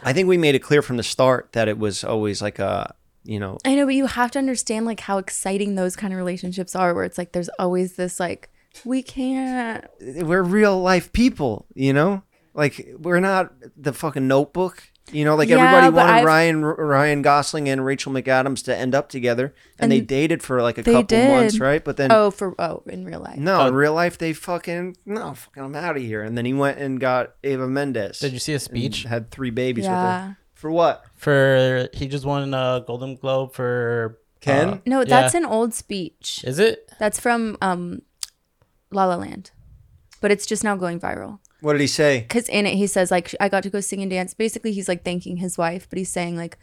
I think we made it clear from the start that it was always like a you know I know, but you have to understand like how exciting those kind of relationships are, where it's like there's always this like we can't. we're real life people, you know, like we're not the fucking Notebook. You know, like Yeah, everybody but wanted I've- Ryan Ryan Gosling and Rachel McAdams to end up together, and, they And dated for like a they couple months, did. right? But then Oh, for oh, in real life. Uh, no, in real life they fucking no, fucking I'm out of here. And then he went and got Ava Mendes. Did you see a and speech Had three babies with Yeah. her. For what? for he just won a Golden Globe for Ken? uh, No, that's yeah. an old speech. Is it? That's from um, La La Land, but it's just now going viral. What did he say? Because in it, he says like, "I got to go sing and dance." Basically, he's like thanking his wife, but he's saying like,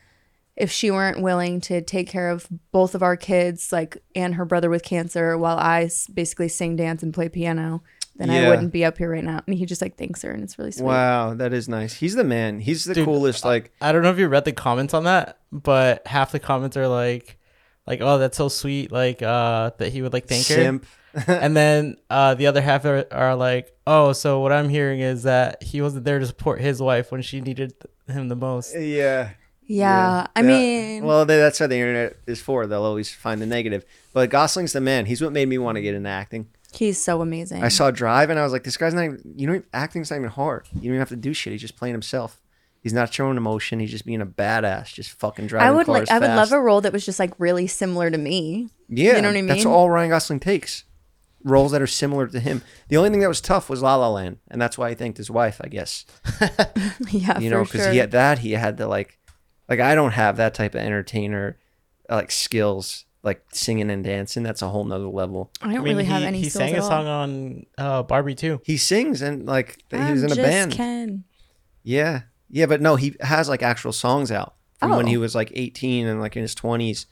if she weren't willing to take care of both of our kids, like, and her brother with cancer, while I s- basically sing, dance, and play piano, then Yeah. I wouldn't be up here right now. And he just like thanks her, and it's really sweet. Wow, that is nice. He's the man. He's the Dude, uh, coolest. Like I don't know if you read the comments on that, but half the comments are like, like, oh, that's so sweet, like uh, that he would like thank her. simp. and then uh, the other half are, are like, oh, so what I'm hearing is that he wasn't there to support his wife when she needed him the most. Yeah. Yeah, I Yeah. mean, well, they, that's what the internet is for. They'll always find the negative. But Gosling's the man. He's what made me want to get into acting. he's so amazing. I saw Drive, and I was like, this guy's not. Even, you know, acting's not even hard. You don't even have to do shit. He's just playing himself. He's not showing emotion. He's just being a badass. Just fucking driving I would cars like. I would fast. love a role that was just like really similar to me. Yeah, You know what I That's mean? all Ryan Gosling takes. Roles that are similar to him. The only thing that was tough was La La Land, and that's why he thanked his wife, I guess. yeah, you for know, because sure. he had that. He had the like, like I don't have that type of entertainer, uh, like skills, like singing and dancing. That's a whole nother level. I don't I mean, really he, have any. he skills sang at a all. song on uh, Barbie too. He sings and like th- he was I'm in a just band. Ken. Yeah, yeah, but no, he has like actual songs out from when Oh. he was like 18 and like in his 20s.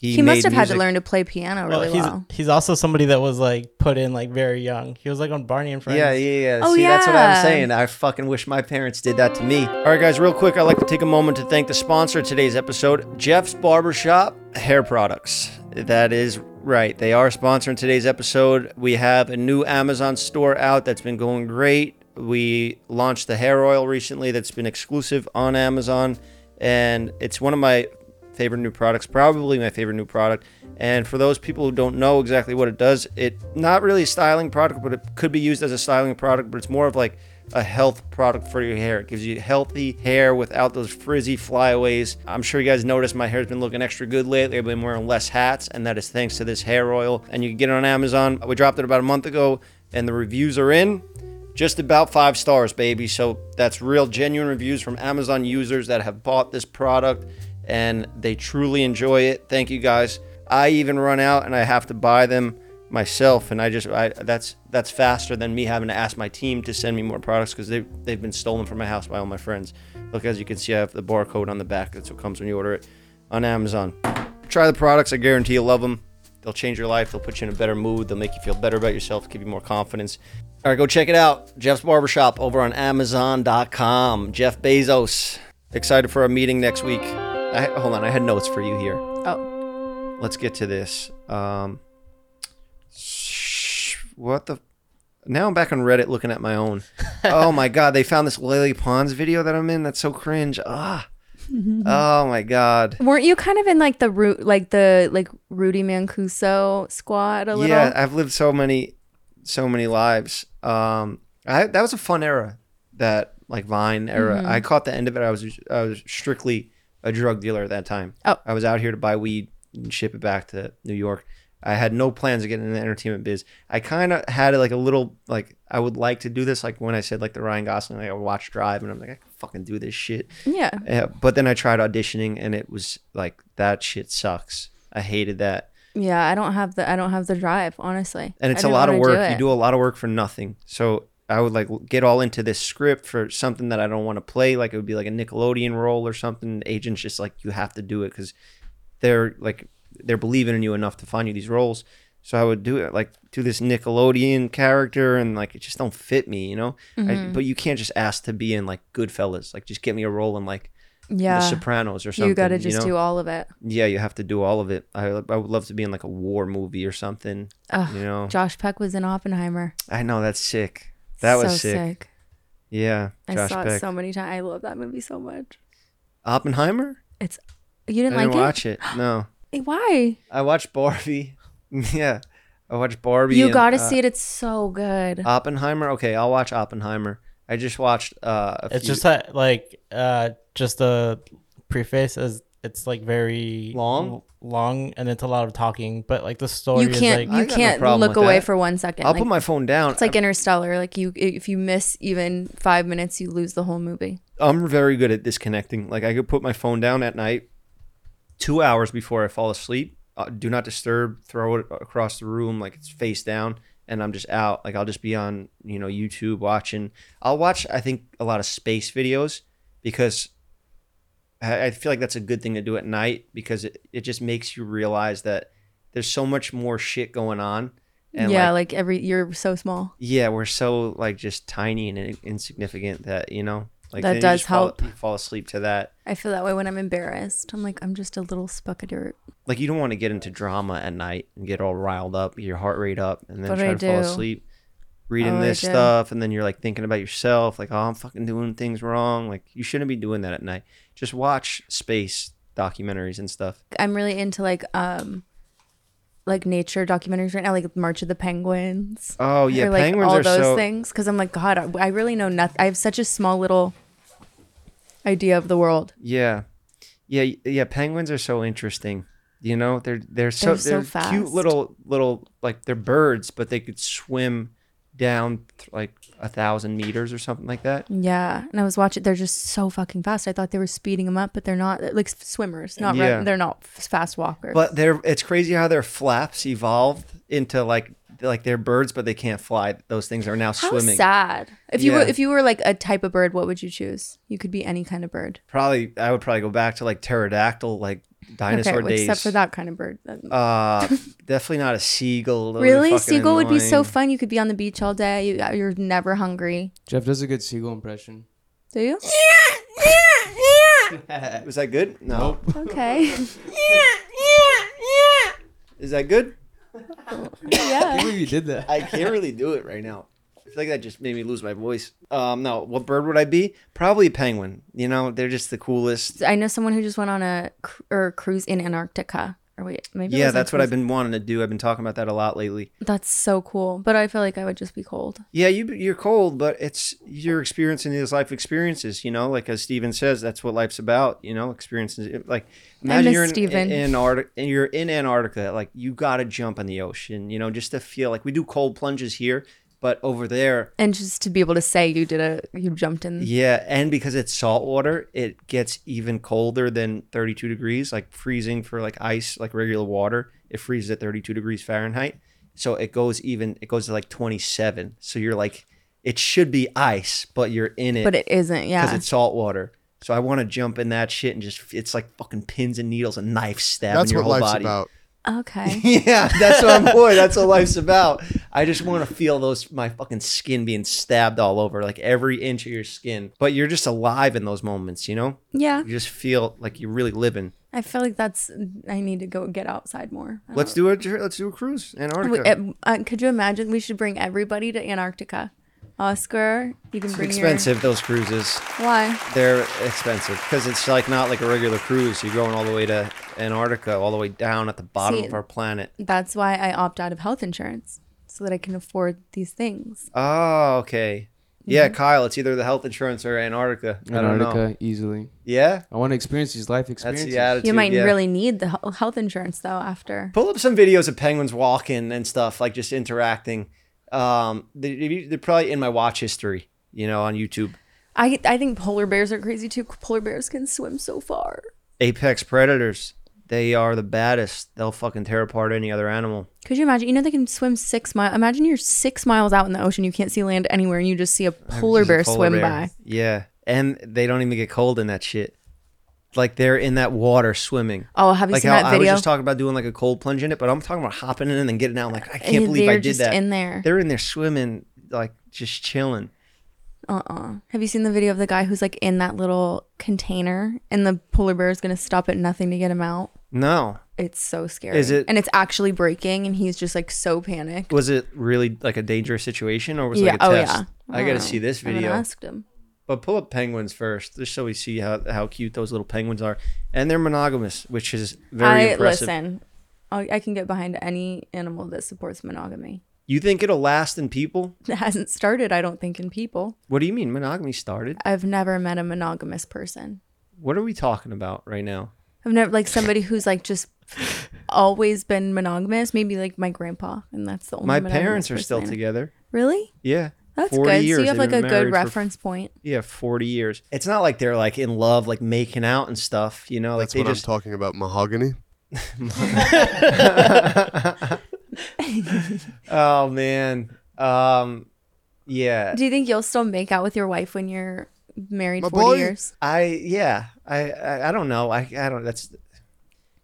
He, He must made have had to music. learn to play piano Well, really well. he's he's also somebody that was like put in like very young. He was like on Barney and Friends. Yeah, yeah, yeah. Oh, See, that's what I'm yeah. saying. I fucking wish my parents did that to me. All right, guys, real quick, I'd like to take a moment to thank the sponsor of today's episode, Jeff's Barbershop Hair Products. That is right. They are sponsoring today's episode. We have a new Amazon store out that's been going great. We launched the hair oil recently that's been exclusive on Amazon, and it's one of my favorite new products probably my favorite new product and for those people who don't know exactly what it does it not really a styling product but it could be used as a styling product but it's more of like a health product for your hair it gives you healthy hair without those frizzy flyaways i'm sure you guys noticed my hair's been looking extra good lately i've been wearing less hats and that is thanks to this hair oil and you can get it on amazon we dropped it about a month ago and the reviews are in just about five stars, baby. So that's real, genuine reviews from Amazon users that have bought this product and they truly enjoy it. Thank you guys. I even run out and I have to buy them myself, and I just I, that's that's faster than me having to ask my team to send me more products because they they've been stolen from my house by all my friends. Look, as you can see, I have the barcode on the back. That's what comes when you order it on Amazon. Try the products. I guarantee you'll love them. They'll change your life. They'll put you in a better mood. They'll make you feel better about yourself, give you more confidence. All right, go check it out. Jeff's Barbershop over on Amazon.com. Jeff Bezos. Excited for our meeting next week. I, hold on, I had notes for you here. oh, Let's get to this. Um, sh- what the? Now I'm back on Reddit looking at my own. oh my God, they found this Lily Pons video that I'm in. That's so cringe. Ah. oh my God. weren't you kind of in like the root, like the like Rudy Mancuso squad a little? Yeah, I've lived so many, so many lives. Um, I that was a fun era, that like Vine era. Mm-hmm. I caught the end of it. I was I was strictly a drug dealer at that time. Oh. I was out here to buy weed and ship it back to New York. I had no plans of getting in the entertainment biz. I kind of had like a little like I would like to do this. Like when I said like the Ryan Gosling, like I would watch Drive, and I'm like I can fucking do this shit. yeah. Yeah, but then I tried auditioning, and it was like that shit sucks. I hated that Yeah, I don't have the I don't have the drive, honestly. and I it's a didn't lot of wanna work. you it. do a lot of work for nothing. So I would like get all into this script for something that I don't want to play. Like it would be like a Nickelodeon role or something. Agents just like you have to do it because they're like they're believing in you enough to find you these roles. So I would do it like do this Nickelodeon character and like it just don't fit me, you know. Mm-hmm. I, but you can't just ask to be in like Goodfellas. Like just get me a role in like yeah. The Sopranos or something. you got to just know? do all of it. Yeah, you have to do all of it. I I would love to be in like a war movie or something. Ugh, you know, Josh Peck was in Oppenheimer. I know that's sick. That was So sick. Yeah, I Josh saw Peck. it so many times. I love that movie so much. Oppenheimer. It's you I didn't, didn't like watch it. No, it? Why? I watched Barbie. yeah, I watched Barbie. You and, got to uh, see it. It's so good. Oppenheimer. Okay, I'll watch Oppenheimer. I just watched. Uh, a It's few- just that like uh just the preface is it's like very Long? l- long, and it's a lot of talking. But like the story, you can't Is, like, I you got no can't problem look with away that. for one second. I'll like, put my phone down. it's like Interstellar. Like you, if you miss even five minutes, you lose the whole movie. I'm very good at disconnecting. Like I could put my phone down at night, two hours before I fall asleep. Uh, do not disturb. Throw it across the room like it's face down, and I'm just out. Like I'll just be on you know YouTube watching. I'll watch. I think a lot of space videos because I, I feel like that's a good thing to do at night because it, it just makes you realize that there's so much more shit going on. And yeah, like, like, every you're so small. yeah, we're so like just tiny and in- insignificant that you know, like That then you does just fall- help. you fall asleep to that. I feel that way when I'm embarrassed. I'm like I'm just a little speck of dirt. Like you don't want to get into drama at night and get all riled up, your heart rate up, and then But try I to fall do. asleep reading Oh, I this do. stuff, and then you're like thinking about yourself, like oh, I'm fucking doing things wrong. Like you shouldn't be doing that at night. Just watch space documentaries and stuff. I'm really into like um like nature documentaries right now, like March of the Penguins. Oh yeah, or like penguins all are those so. things. Because I'm like, God, I, I really know nothing. I have such a small little idea of the world. Yeah, yeah, yeah. Penguins are so interesting. You know, they're they're so They're so they're, cute fast. little little like they're birds, but they could swim down th- like a thousand meters or something like that. Mm. Yeah, and I was watching. They're just so fucking fast. I thought they were speeding them up, but they're not. They're Like swimmers, not Yeah. run, they're not f- fast walkers. But they're it's crazy how their flaps evolved into like like they're birds, but they can't fly. Those things are now How swimming. sad. If you were Yeah. if you were like a type of bird, what would you choose? You could be any kind of bird. Probably I would probably go back to like pterodactyl like dinosaur well, days. except for that kind of bird. That- Uh, definitely not a seagull. Those are really, fucking seagull would be so annoying. fun. You could be on the beach all day. You, uh, you're never hungry. Jeff does a good seagull impression. Do you? Was that good? No. Okay. Is that good? I yeah. can't believe you did that. I can't really do it right now. I feel like that just made me lose my voice. Um, no, what bird would I be? Probably a penguin. You know, they're just the coolest. I know someone who just went on a cr- or a cruise in Antarctica. Or wait, maybe. it Yeah, was a that's what I've cruise. been wanting to do. I've been talking about that a lot lately. That's so cool. But I feel like I would just be cold. Yeah, you you're cold, but it's you're experiencing these life experiences. You know, like as Steven says, that's what life's about. You know, experiences. Like imagine miss you're in, Steven. in Antarctica. You're in Antarctica. Like you got to jump in the ocean. You know, just to feel like we do cold plunges here, but over there And just to be able to say you did a you jumped in. Yeah, and because it's salt water, it gets even colder than 32 degrees, like freezing for like ice, like regular water. It freezes at 32 degrees Fahrenheit. So it goes even it goes to like 27. So you're like it should be ice, but you're in it But because it isn't. Yeah. it's salt water. So I want to jump in that shit and just it's like fucking pins and needles and knife stabbing That's your what whole life's body. about. okay. Yeah, that's what I'm boy. That's what life's about. I just want to feel those my fucking skin being stabbed all over, like every inch of your skin. But you're just alive in those moments, you know? Yeah. Uh-huh. You just feel like you're really living. I feel like that's. I need to go get outside more. I Let's do a tr- let's do a cruise don't- Antarctica. We- uh, could you imagine? We should bring everybody to Antarctica. Oscar, you can bring expensive those cruises. Your, why? They're expensive because it's like not like a regular cruise. You're going all the way to Antarctica, all the way down at the bottom See- of our planet. That's why I opt out of health insurance so that I can afford these things. Oh, okay. Yeah, Mm-hmm. Kyle, it's either the health insurance or Antarctica. I don't know. Antarctica easily. Yeah, I want to experience these life that's experiences. the attitude. You might yeah. really need the he- health insurance though after. pull up some videos of penguins walking and stuff like just interacting um they, they're probably in my watch history you know on youtube I I think polar bears are crazy too. Polar bears can swim so far. apex predators they are the baddest they'll fucking tear apart any other animal Could you imagine? You know they can swim six miles. Imagine you're six miles out in the ocean, you can't see land anywhere, and you just see a polar Just a bear swim bear. by. yeah and they don't even get cold in that shit like they're in that water swimming Oh, have you like seen how that I was video? just talking about doing like a cold plunge in it, but I'm talking about hopping in and then getting out. Like I can't And believe I they're did just that. in there. they're in there swimming, like just chilling. Have you seen the video of the guy who's like in that little container and the polar bear is gonna stop at nothing to get him out? No, It's so scary. Is it- And it's actually breaking, and he's just like so panicked. was it really like a dangerous situation or was it like a oh test? yeah. I gotta see this I haven't video. asked him. But pull up penguins first, just so we see how, how cute those little penguins are. And they're monogamous, which is very I impressive. listen. I I can get behind any animal that supports monogamy. You think it'll last in people? It hasn't started, I don't think, in people. What do you mean? Monogamy started? I've never met a monogamous person. What are we talking about right now? I've never like somebody who's like just always been monogamous. Maybe like my grandpa, and that's the only. My monogamous parents are person still I know. together. Really? Yeah. That's 40 good. years so you have they've like a been married good for- reference point. yeah, 40 years. It's not like they're like in love, like making out and stuff, you know, like That's they what just I'm talking about. Mahogany. Oh man. Um yeah. Do you think you'll still make out with your wife when you're married My 40 boy. years? I yeah. I, I I don't know. I I don't that's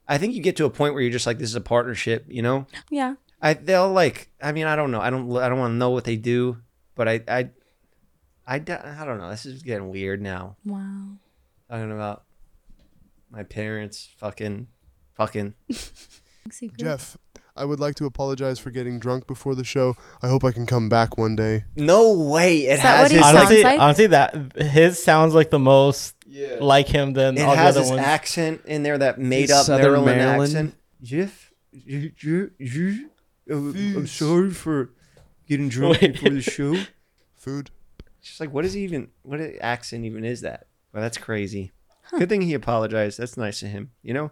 I think you get to a point where you're just like this is a partnership, you know? Yeah. I they'll like I mean, I don't know. I don't I don't want to know what they do, but I I I, d- I don't know. This is getting weird now. Wow. Talking about my parents fucking fucking Secret. Jeff, I would like to apologize for getting drunk before the show. I hope I can come back one day. No way. It Is that has what he his sounds honestly, like? honestly, that his sounds like the most Yeah. like him than It all the has other his ones. accent in there, that made His up Southern Maryland, Maryland. accent. Jeff, you, you, you, uh, I'm sorry for getting drunk Wait. before the show. Food. She's like, what is he even? What a- accent even is that? Well, that's crazy. Good thing he apologized. That's nice of him. You know,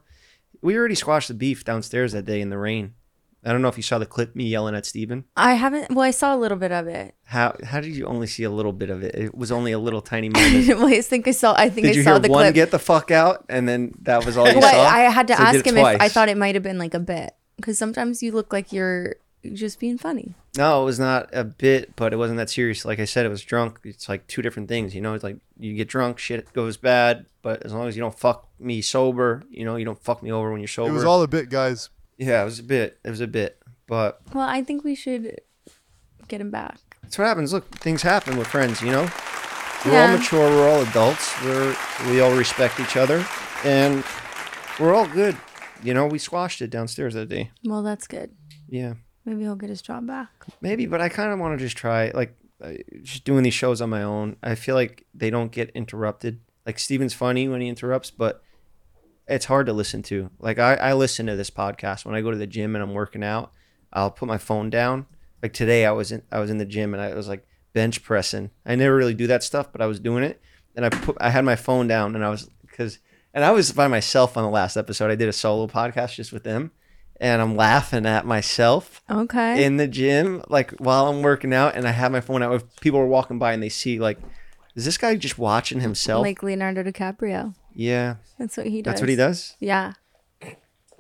we already squashed the beef downstairs that day in the rain. I don't know if you saw the clip me yelling at Steven. I haven't. Well, I saw a little bit of it. How how did you only see a little bit of it? It was only a little tiny moment. well, I think I saw. I think Did I you saw hear the one clip. get the fuck out, and then that was all you Well, saw? I had to So you did ask it him if I twice. thought it might have been like a bit because sometimes you look like you're just being funny. No, it was not a bit, but it wasn't that serious. Like I said, it was drunk. It's like two different things, you know. It's like you get drunk, shit goes bad, but as long as you don't fuck me sober, you know, you don't fuck me over when you're sober. It was all a bit, guys. yeah, it was a bit. It was a bit, but Well, I think we should get him back. that's what happens. Look, things happen with friends, you know. We're all Yeah. mature. We're all adults. We're we all respect each other, and we're all good. You know, we squashed it downstairs that day. Well, that's good. Yeah. Maybe he'll get his job back. Maybe, but I kind of want to just try like uh, just doing these shows on my own. I feel like they don't get interrupted. Like Steven's funny when he interrupts, but it's hard to listen to. Like I, I listen to this podcast when I go to the gym and I'm working out. I'll put my phone down. Like today, I was in I was in the gym and I was like bench pressing. I never really do that stuff, but I was doing it, and I put I had my phone down and I was because and I was by myself on the last episode. I did a solo podcast just with them, and I'm laughing at myself Okay. in the gym, like while I'm working out, and I have my phone out. If people are walking by and they see, like, is this guy just watching himself? like Leonardo DiCaprio. yeah, That's what he does. that's what he does. Yeah.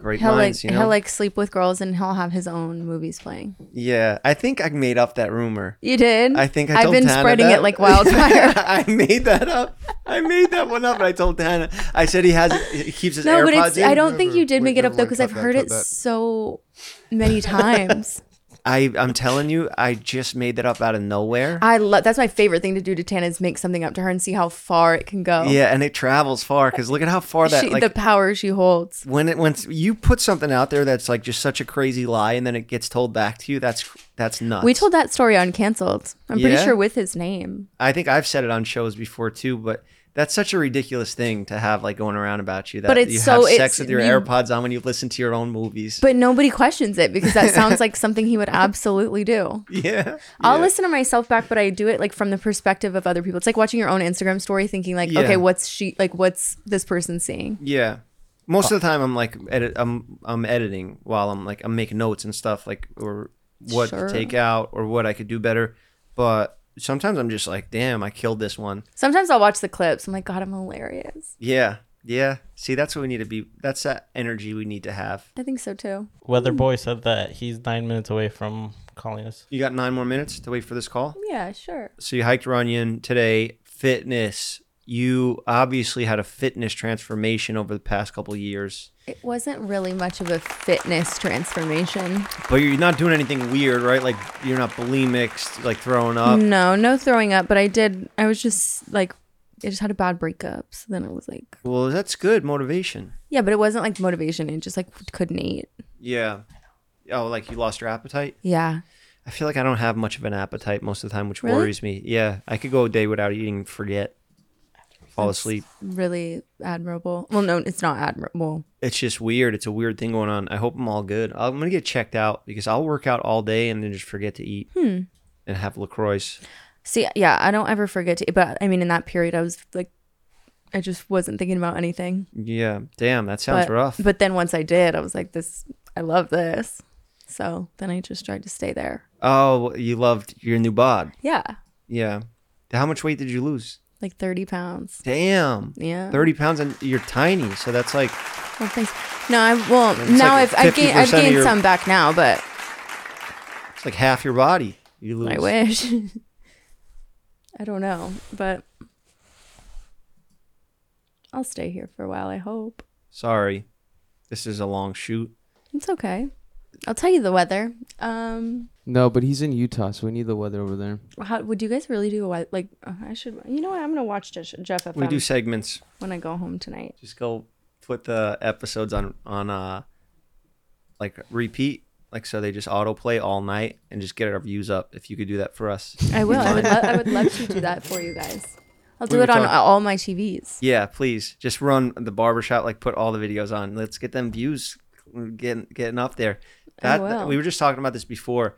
Great He'll minds, like you know. he'll like sleep with girls and he'll have his own movies playing. yeah, I think I made up that rumor. You did? I think I have told been Tana spreading that. it like wildfire. I made that up. I made that one up, and I told Hannah. I said he has. He keeps his no, AirPods but it's in. I don't think you did Wait, make it up never though mind. because Cut I've that, heard cut it that. so many times. I, I'm telling you, I just made that up out of nowhere. I love that's my favorite thing to do to Tana is make something up to her and see how far it can go. yeah, and it travels far because look at how far that she, like the power she holds. when it when you put something out there that's like just such a crazy lie and then it gets told back to you that's that's nuts We told that story on canceled. I'm pretty Yeah? sure with his name. i think i've said it on shows before too but that's such a ridiculous thing to have like going around about you that But it's you so- have sex it's- with your you- airpods on when you listen to your own movies But nobody questions it because that sounds like something he would absolutely do. yeah I'll listen to myself back, but I do it like from the perspective of other people. It's like watching your own Instagram story, thinking like, Yeah. okay, what's she like? What's this person seeing? yeah most of the time i'm like edit i'm i'm editing while i'm like i'm making notes and stuff like or what Sure. to take out or what i could do better but sometimes i'm just like damn i killed this one Sometimes I'll watch the clips. I'm like, God, I'm hilarious. Yeah. Yeah. See, that's what we need to be. That's that energy we need to have. I think so too. Weather boy said that he's nine minutes away from calling us. You got nine more minutes to wait for this call. Yeah, sure. So you hiked Runyon today. Fitness. You obviously had a fitness transformation over the past couple years, It wasn't really much of a fitness transformation. but you're not doing anything weird, right? Like you're not bulimic, like throwing up. No, no throwing up, but I did. I was just like, I just had a bad breakup. So then it was like, Well, that's good motivation. yeah, but it wasn't like motivation. It just like couldn't eat. Yeah. Oh, like you lost your appetite? Yeah. I feel like I don't have much of an appetite most of the time, which Really? worries me. Yeah. I could go a day without eating, forget, fall asleep. Really admirable. Well, no, it's not admirable. it's just weird. It's a weird thing going on. I hope I'm all good. I'm gonna get checked out because I'll work out all day and then just forget to eat Hmm. and have Lacroix. See, yeah, I don't ever forget to, but I mean, in that period, I was like I just wasn't thinking about anything. Yeah. Damn, that sounds but, rough. But then once I did, I was like, this, I love this. So then I just tried to stay there. oh, you loved your new bod. Yeah. Yeah. How much weight did you lose? Like 30 pounds. Damn. Yeah. 30 pounds and you're tiny. So that's like, Well, thanks. No, I, well, now like I've, I've gained, I've 50% of gained your- some back now, but it's like half your body. You lose. I wish. I don't know, but I'll stay here for a while, I hope. Sorry. This is a long shoot. It's okay. I'll tell you the weather. Um, No, but he's in Utah, so we need the weather over there. how would you guys really do a weather? Like, uh, I should. You know what? I'm gonna watch Jeff, Jeff FM We do segments. when I go home tonight. Just go put the episodes on, on, uh, like repeat. Like, so they just autoplay all night and just get our views up. If you could do that for us. I will. I would. Lo- I would love to do that for you guys. I'll do were it on talking- all my TVs. Yeah, please. Just run the barbershop, like put all the videos on. Let's get them views getting getting up there. That will. we were just talking about this before.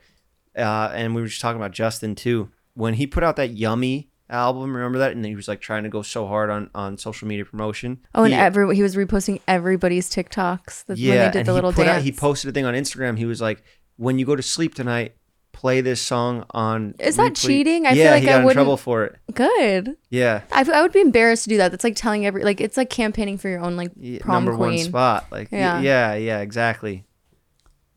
Uh, and we were just talking about Justin too. When he put out that yummy album, remember that? And he was like trying to go so hard on, on social media promotion. Oh, and He- every he was reposting everybody's TikToks that, yeah, when they did and the little he put dance. out- he posted a thing on Instagram. He was like, "When you go to sleep tonight, play this song on." Is that replay." cheating? I yeah, feel like he I got in wouldn't- trouble for it. Good. Yeah, I, I would be embarrassed to do that. That's like telling every like it's like campaigning for your own like y- prom number queen. one spot. Like yeah. Yeah. yeah, yeah, exactly.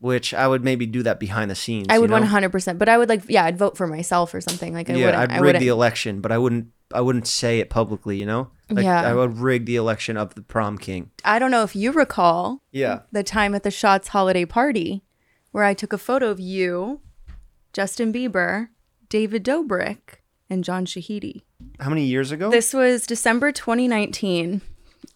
Which I would maybe do that behind the scenes. I you would know? one hundred percent, but I would like yeah, I'd vote for myself or something. Like I Yeah, wouldn't. I'd I rig wouldn't. the election, but I wouldn't. I wouldn't say it publicly. You know. Like, Yeah. I would rig the election of the prom king. I don't know if you recall Yeah. the time at the Shots holiday party where I took a photo of you, Justin Bieber, David Dobrik, and John Shahidi. How many years ago? This was December 2019,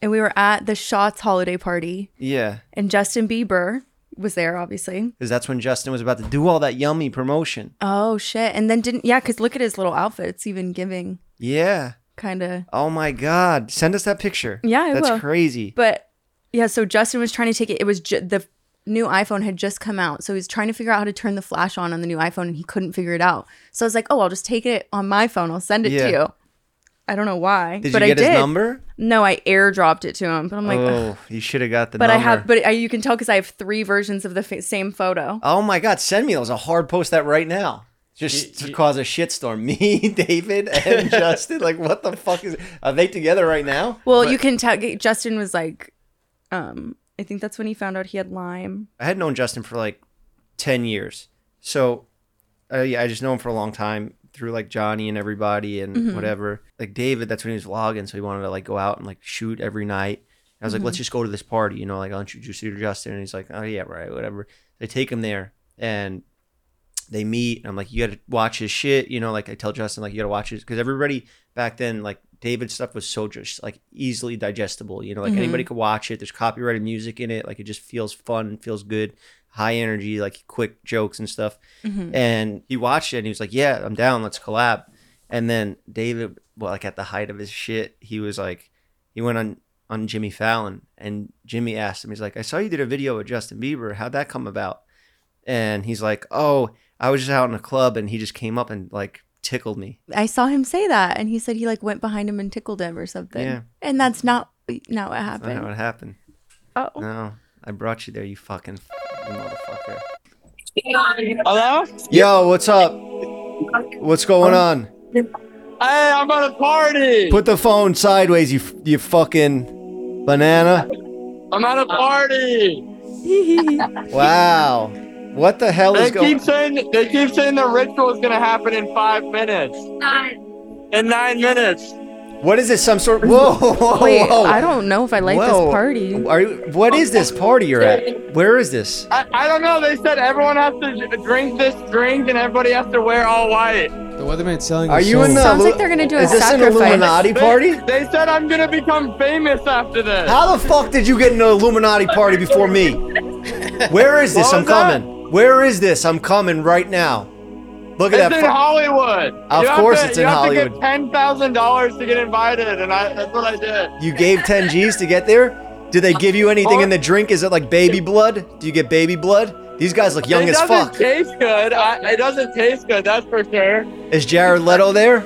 and we were at the Shots holiday party, yeah, and Justin Bieber was there, obviously. because that's when Justin was about to do all that yummy promotion. Oh shit! And then didn't yeah, because look at his little outfit. It's even giving Yeah. kind of. Oh my God! Send us that picture. Yeah, I that's will. crazy. But yeah, so Justin was trying to take it. It was ju- the new iPhone had just come out, so he was trying to figure out how to turn the flash on on the new iPhone, and he couldn't figure it out. So I was like, "Oh, I'll just take it on my phone. I'll send it Yeah. to you." I don't know why, Did but you I get did. his number? No, I airdropped it to him, but I'm like, "Ugh." oh, you should have got the but number. I have, but I, you can tell because I have three versions of the fa- same photo. Oh my God, send me those. I'll hard post that right now. Just to cause a shitstorm. Me, David, and Justin. Like, what the fuck is. Are they together right now? Well, But you can tell Justin was like, um, I think that's when he found out he had Lyme. I had known Justin for like 10 years. So uh, yeah, I just know him for a long time through like Johnny and everybody and whatever. Like David, that's when he was vlogging. So he wanted to like go out and like shoot every night. And I was like, let's just go to this party, you know, like I'll introduce you to Justin. And he's like, oh yeah, right, whatever. They take him there and they meet. And I'm like, you got to watch his shit. You know, like I tell Justin, like, you got to watch his, because everybody back then, like, David's stuff was so just like easily digestible, you know, like anybody could watch it. There's copyrighted music in it. Like it just feels fun, feels good, high energy, like quick jokes and stuff. And he watched it and he was like, yeah, I'm down. Let's collab. And then David, well, like at the height of his shit, he was like, he went on on Jimmy Fallon and Jimmy asked him, he's like, I saw you did a video with Justin Bieber. How'd that come about? And he's like, oh, I was just out in a club and he just came up and like tickled me. I saw him say that, and he said he like went behind him and tickled him or something. Yeah. And that's not not what I don't know happened. what happened. Oh, No, I brought you there, you fucking f- motherfucker. Hello? Yo, what's up? What's going on? Hey, I'm at a party. Put the phone sideways, you f- you fucking banana. I'm at a party. Wow. What the hell They is going keep saying they keep saying the ritual is gonna happen in five minutes. In nine minutes. What is this? Some sort Whoa, whoa, whoa. wait, whoa. I don't know if I like Whoa. this party. Are you, what is this party you're at? Where is this? I, I don't know. They said everyone has to j- drink this drink and everybody has to wear all white. The weatherman's selling. Are us you soul. in the Sounds like they're gonna do a Is this an sacrifice. Illuminati They- party? They said I'm gonna become famous after this. How the fuck did you get an Illuminati party before me? Where is this? What I'm was that? coming. Where is this? I'm coming right now. Look at It's that. in fu- Hollywood. Of you have course to, it's you in have to Hollywood. get ten thousand dollars to get invited, and I, that's what I did. You gave 10 G's to get there? Did they give you anything Or- in the drink? Is it like baby blood? Do you get baby blood? These guys look young it as doesn't fuck. taste good. I, it doesn't taste good. That's for sure. Is Jared Leto there?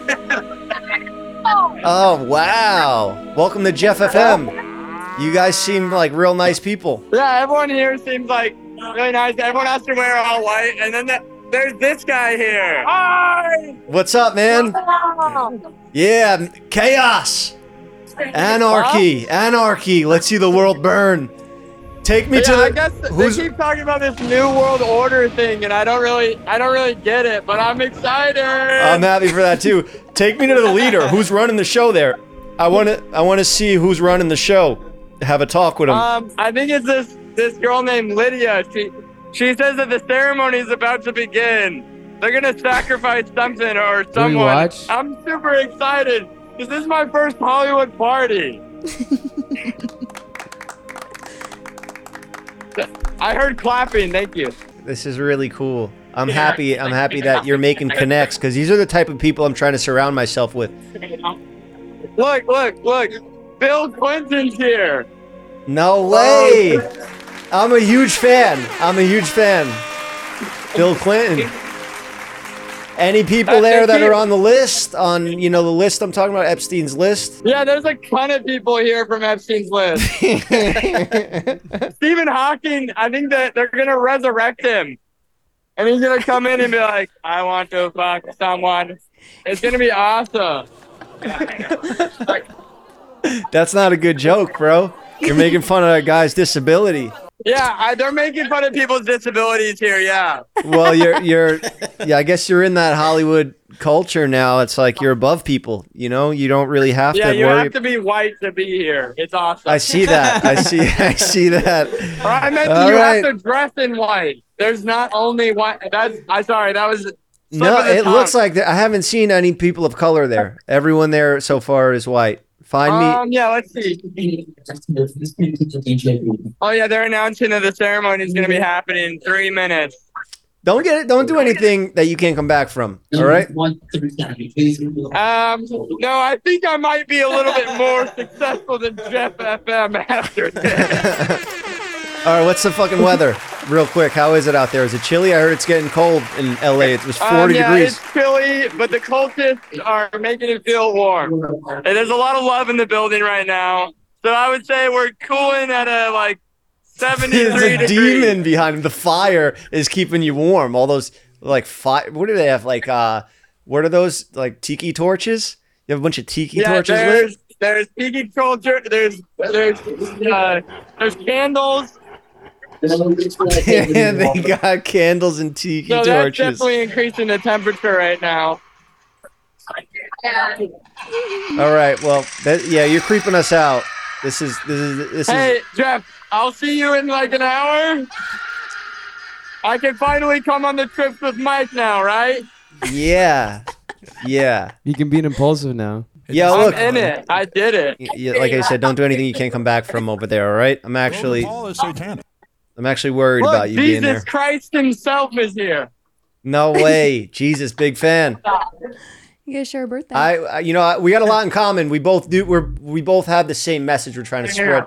Oh wow! Welcome to Jeff FM. You guys seem like real nice people. Yeah, everyone here seems like really nice. Everyone has to wear all white, and then that, there's this guy here. Hi. What's up, man? Yeah, m- chaos, anarchy, anarchy. Let's see the world burn. Take me to Yeah, the. I guess th- they who's- keep talking about this new world order thing, and I don't really, I don't really get it, but I'm excited. I'm happy for that too. Take me to the leader. Who's running the show there? I want to. I want to see who's running the show. Have a talk with him. Um, I think it's this this girl named Lydia. She she says that the ceremony is about to begin. They're gonna sacrifice something or someone. watch? I'm super excited. This is my first Hollywood party. I heard clapping. Thank you. this is really cool. I'm happy. I'm happy that you're making connects because these are the type of people I'm trying to surround myself with. Look, look, look. Bill Clinton's here. No way. I'm a huge fan. I'm a huge fan. Bill Clinton. Any people there that are on the list, on you know the list I'm talking about, Epstein's list. Yeah, there's a ton of people here from Epstein's list. Stephen Hawking, I think that they're gonna resurrect him, and he's gonna come in and be like, "I want to fuck someone." It's gonna be awesome. That's not a good joke, bro. You're making fun of a guy's disability. Yeah, I, they're making fun of people's disabilities here. Yeah, Well, you're you're yeah, I guess you're in that Hollywood culture now. It's like you're above people, you know? You don't really have yeah, to you worry have to be white to be here. It's awesome. I see that. I see I see that. All right, I meant All you right. have to dress in white. There's not only white. That's I sorry. That was slip No, of the it tongue. looks like that. I haven't seen any people of color there. Everyone there so far is white. Find me Um, yeah, let's see. Oh yeah, they're announcing that the ceremony is gonna be happening in three minutes. Don't get it. Don't do anything that you can't come back from. Mm-hmm. All right? Um, no, I think I might be a little bit more successful than Jeff FM after this. All right, what's the fucking weather? Real quick, how is it out there? Is it chilly? I heard it's getting cold in LA. It was 40 Um, yeah, degrees. it's chilly, but the cultists are making it feel warm. And there's a lot of love in the building right now, so I would say we're cooling at a like There's 73 a degrees. demon behind him. The fire is keeping you warm. All those like fire. What do they have? Like uh, what are those like tiki torches? You have a bunch of tiki Yeah, torches there's lit. there's tiki culture. There's there's uh, there's candles. Yeah, they got candles and tiki So that's torches. definitely increasing the temperature right now. All right, well, that, yeah, you're creeping us out. This is this is this Hey, is. Jeff, I'll see you in like an hour. I can finally come on the trips with Mike now, right? Yeah, yeah, You can be an impulsive now. yeah. Look, In it. I did it. Y- y- like I said, don't do anything you can't come back from over there. All right, I'm actually, I'm actually worried Look, about you being there. Jesus Christ himself is here. No way, Jesus, big fan. You guys share a birthday. I, I you know, I- we got a lot in common. We both do. We're we both have the same message we're trying to spread.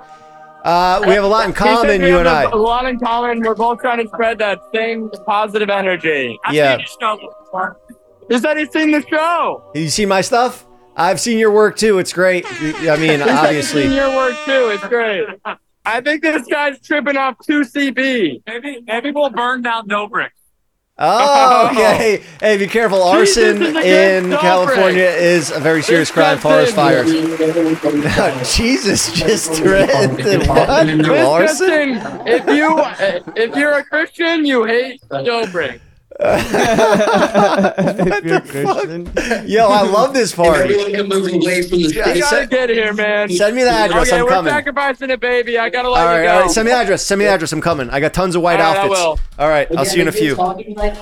Uh, we have a lot in He said common, we you have and I. A lot in common. We're both trying to spread that same positive energy. Yeah. He said he's seen the show. You see my stuff? I've seen your work too. It's great. Y- I mean, He's seen obviously. your work too. It's great. I think this guy's tripping off 2CB. Maybe, maybe we'll burn down Dobrik. Oh, okay. Hey, be careful. Jesus Arson is against in Alfred. California is a very serious crime. Forest fires. Disgusting. Jesus just threatened what? Arson? Kristen, if you if you're a Christian, you hate Dobrik. if you're a Christian. Yo, I love this party. You Yeah, gotta send, get here, man. send me the address. okay, I'm we're coming. sacrificing a baby. I gotta let All you right, go. all right. Send me the address. Send me the address. I'm coming. I got tons of white All right, I outfits. will. All right, I'll see you in a few. All right. that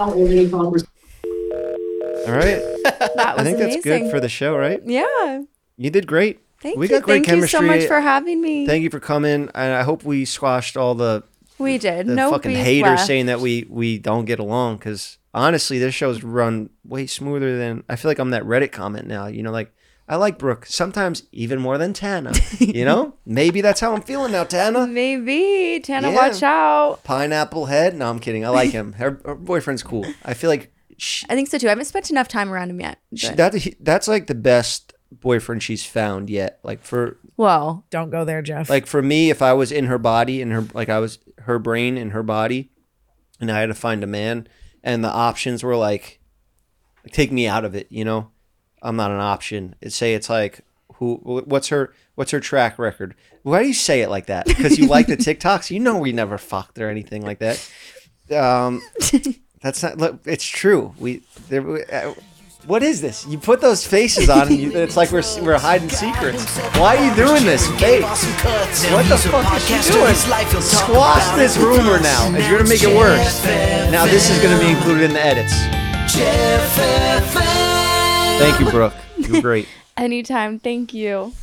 was I think amazing. that's good for the show, right? yeah. You did great. Thank we you. got great Thank chemistry. you so much for having me. Thank you for coming, and I hope we squashed all the, we did. the no fucking beef haters left. saying that we we don't get along. Because honestly, this show's run way smoother than I feel like I'm that Reddit comment now. You know, like I like Brooke sometimes even more than Tana. you know, maybe that's how I'm feeling now, Tana. Maybe Tana, Yeah. watch out. Pineapple head? No, I'm kidding. I like him. Her, her boyfriend's cool. I feel like sh I think so too. I haven't spent enough time around him yet. sh but- that he- that's like the best boyfriend she's found yet. Like for Well, Don't go there, Jeff. like for me, if I was in her body and her like I was her brain and her body, and I had to find a man, and the options were like, take me out of it. You know, I'm not an option. It say it's like who? wh- What's her? What's her track record? Why do you say it like that? Because you like the TikToks. You know, we never fucked or anything like that. Um, that's not. Look, it's true. We there. we- Uh, what is this? You put those faces on, and you, it's like we're we're hiding secrets. Why are you doing this? Hey, Gave off some cuts. Now what the he's a fuck is she podcaster. doing? His life, he'll talk Squash about this it with rumor us. now. Now If you're gonna make it Jeff worse, FM. now this is gonna be included in the edits. Jeff FM. Thank you, Brooke. You're great. anytime. Thank you.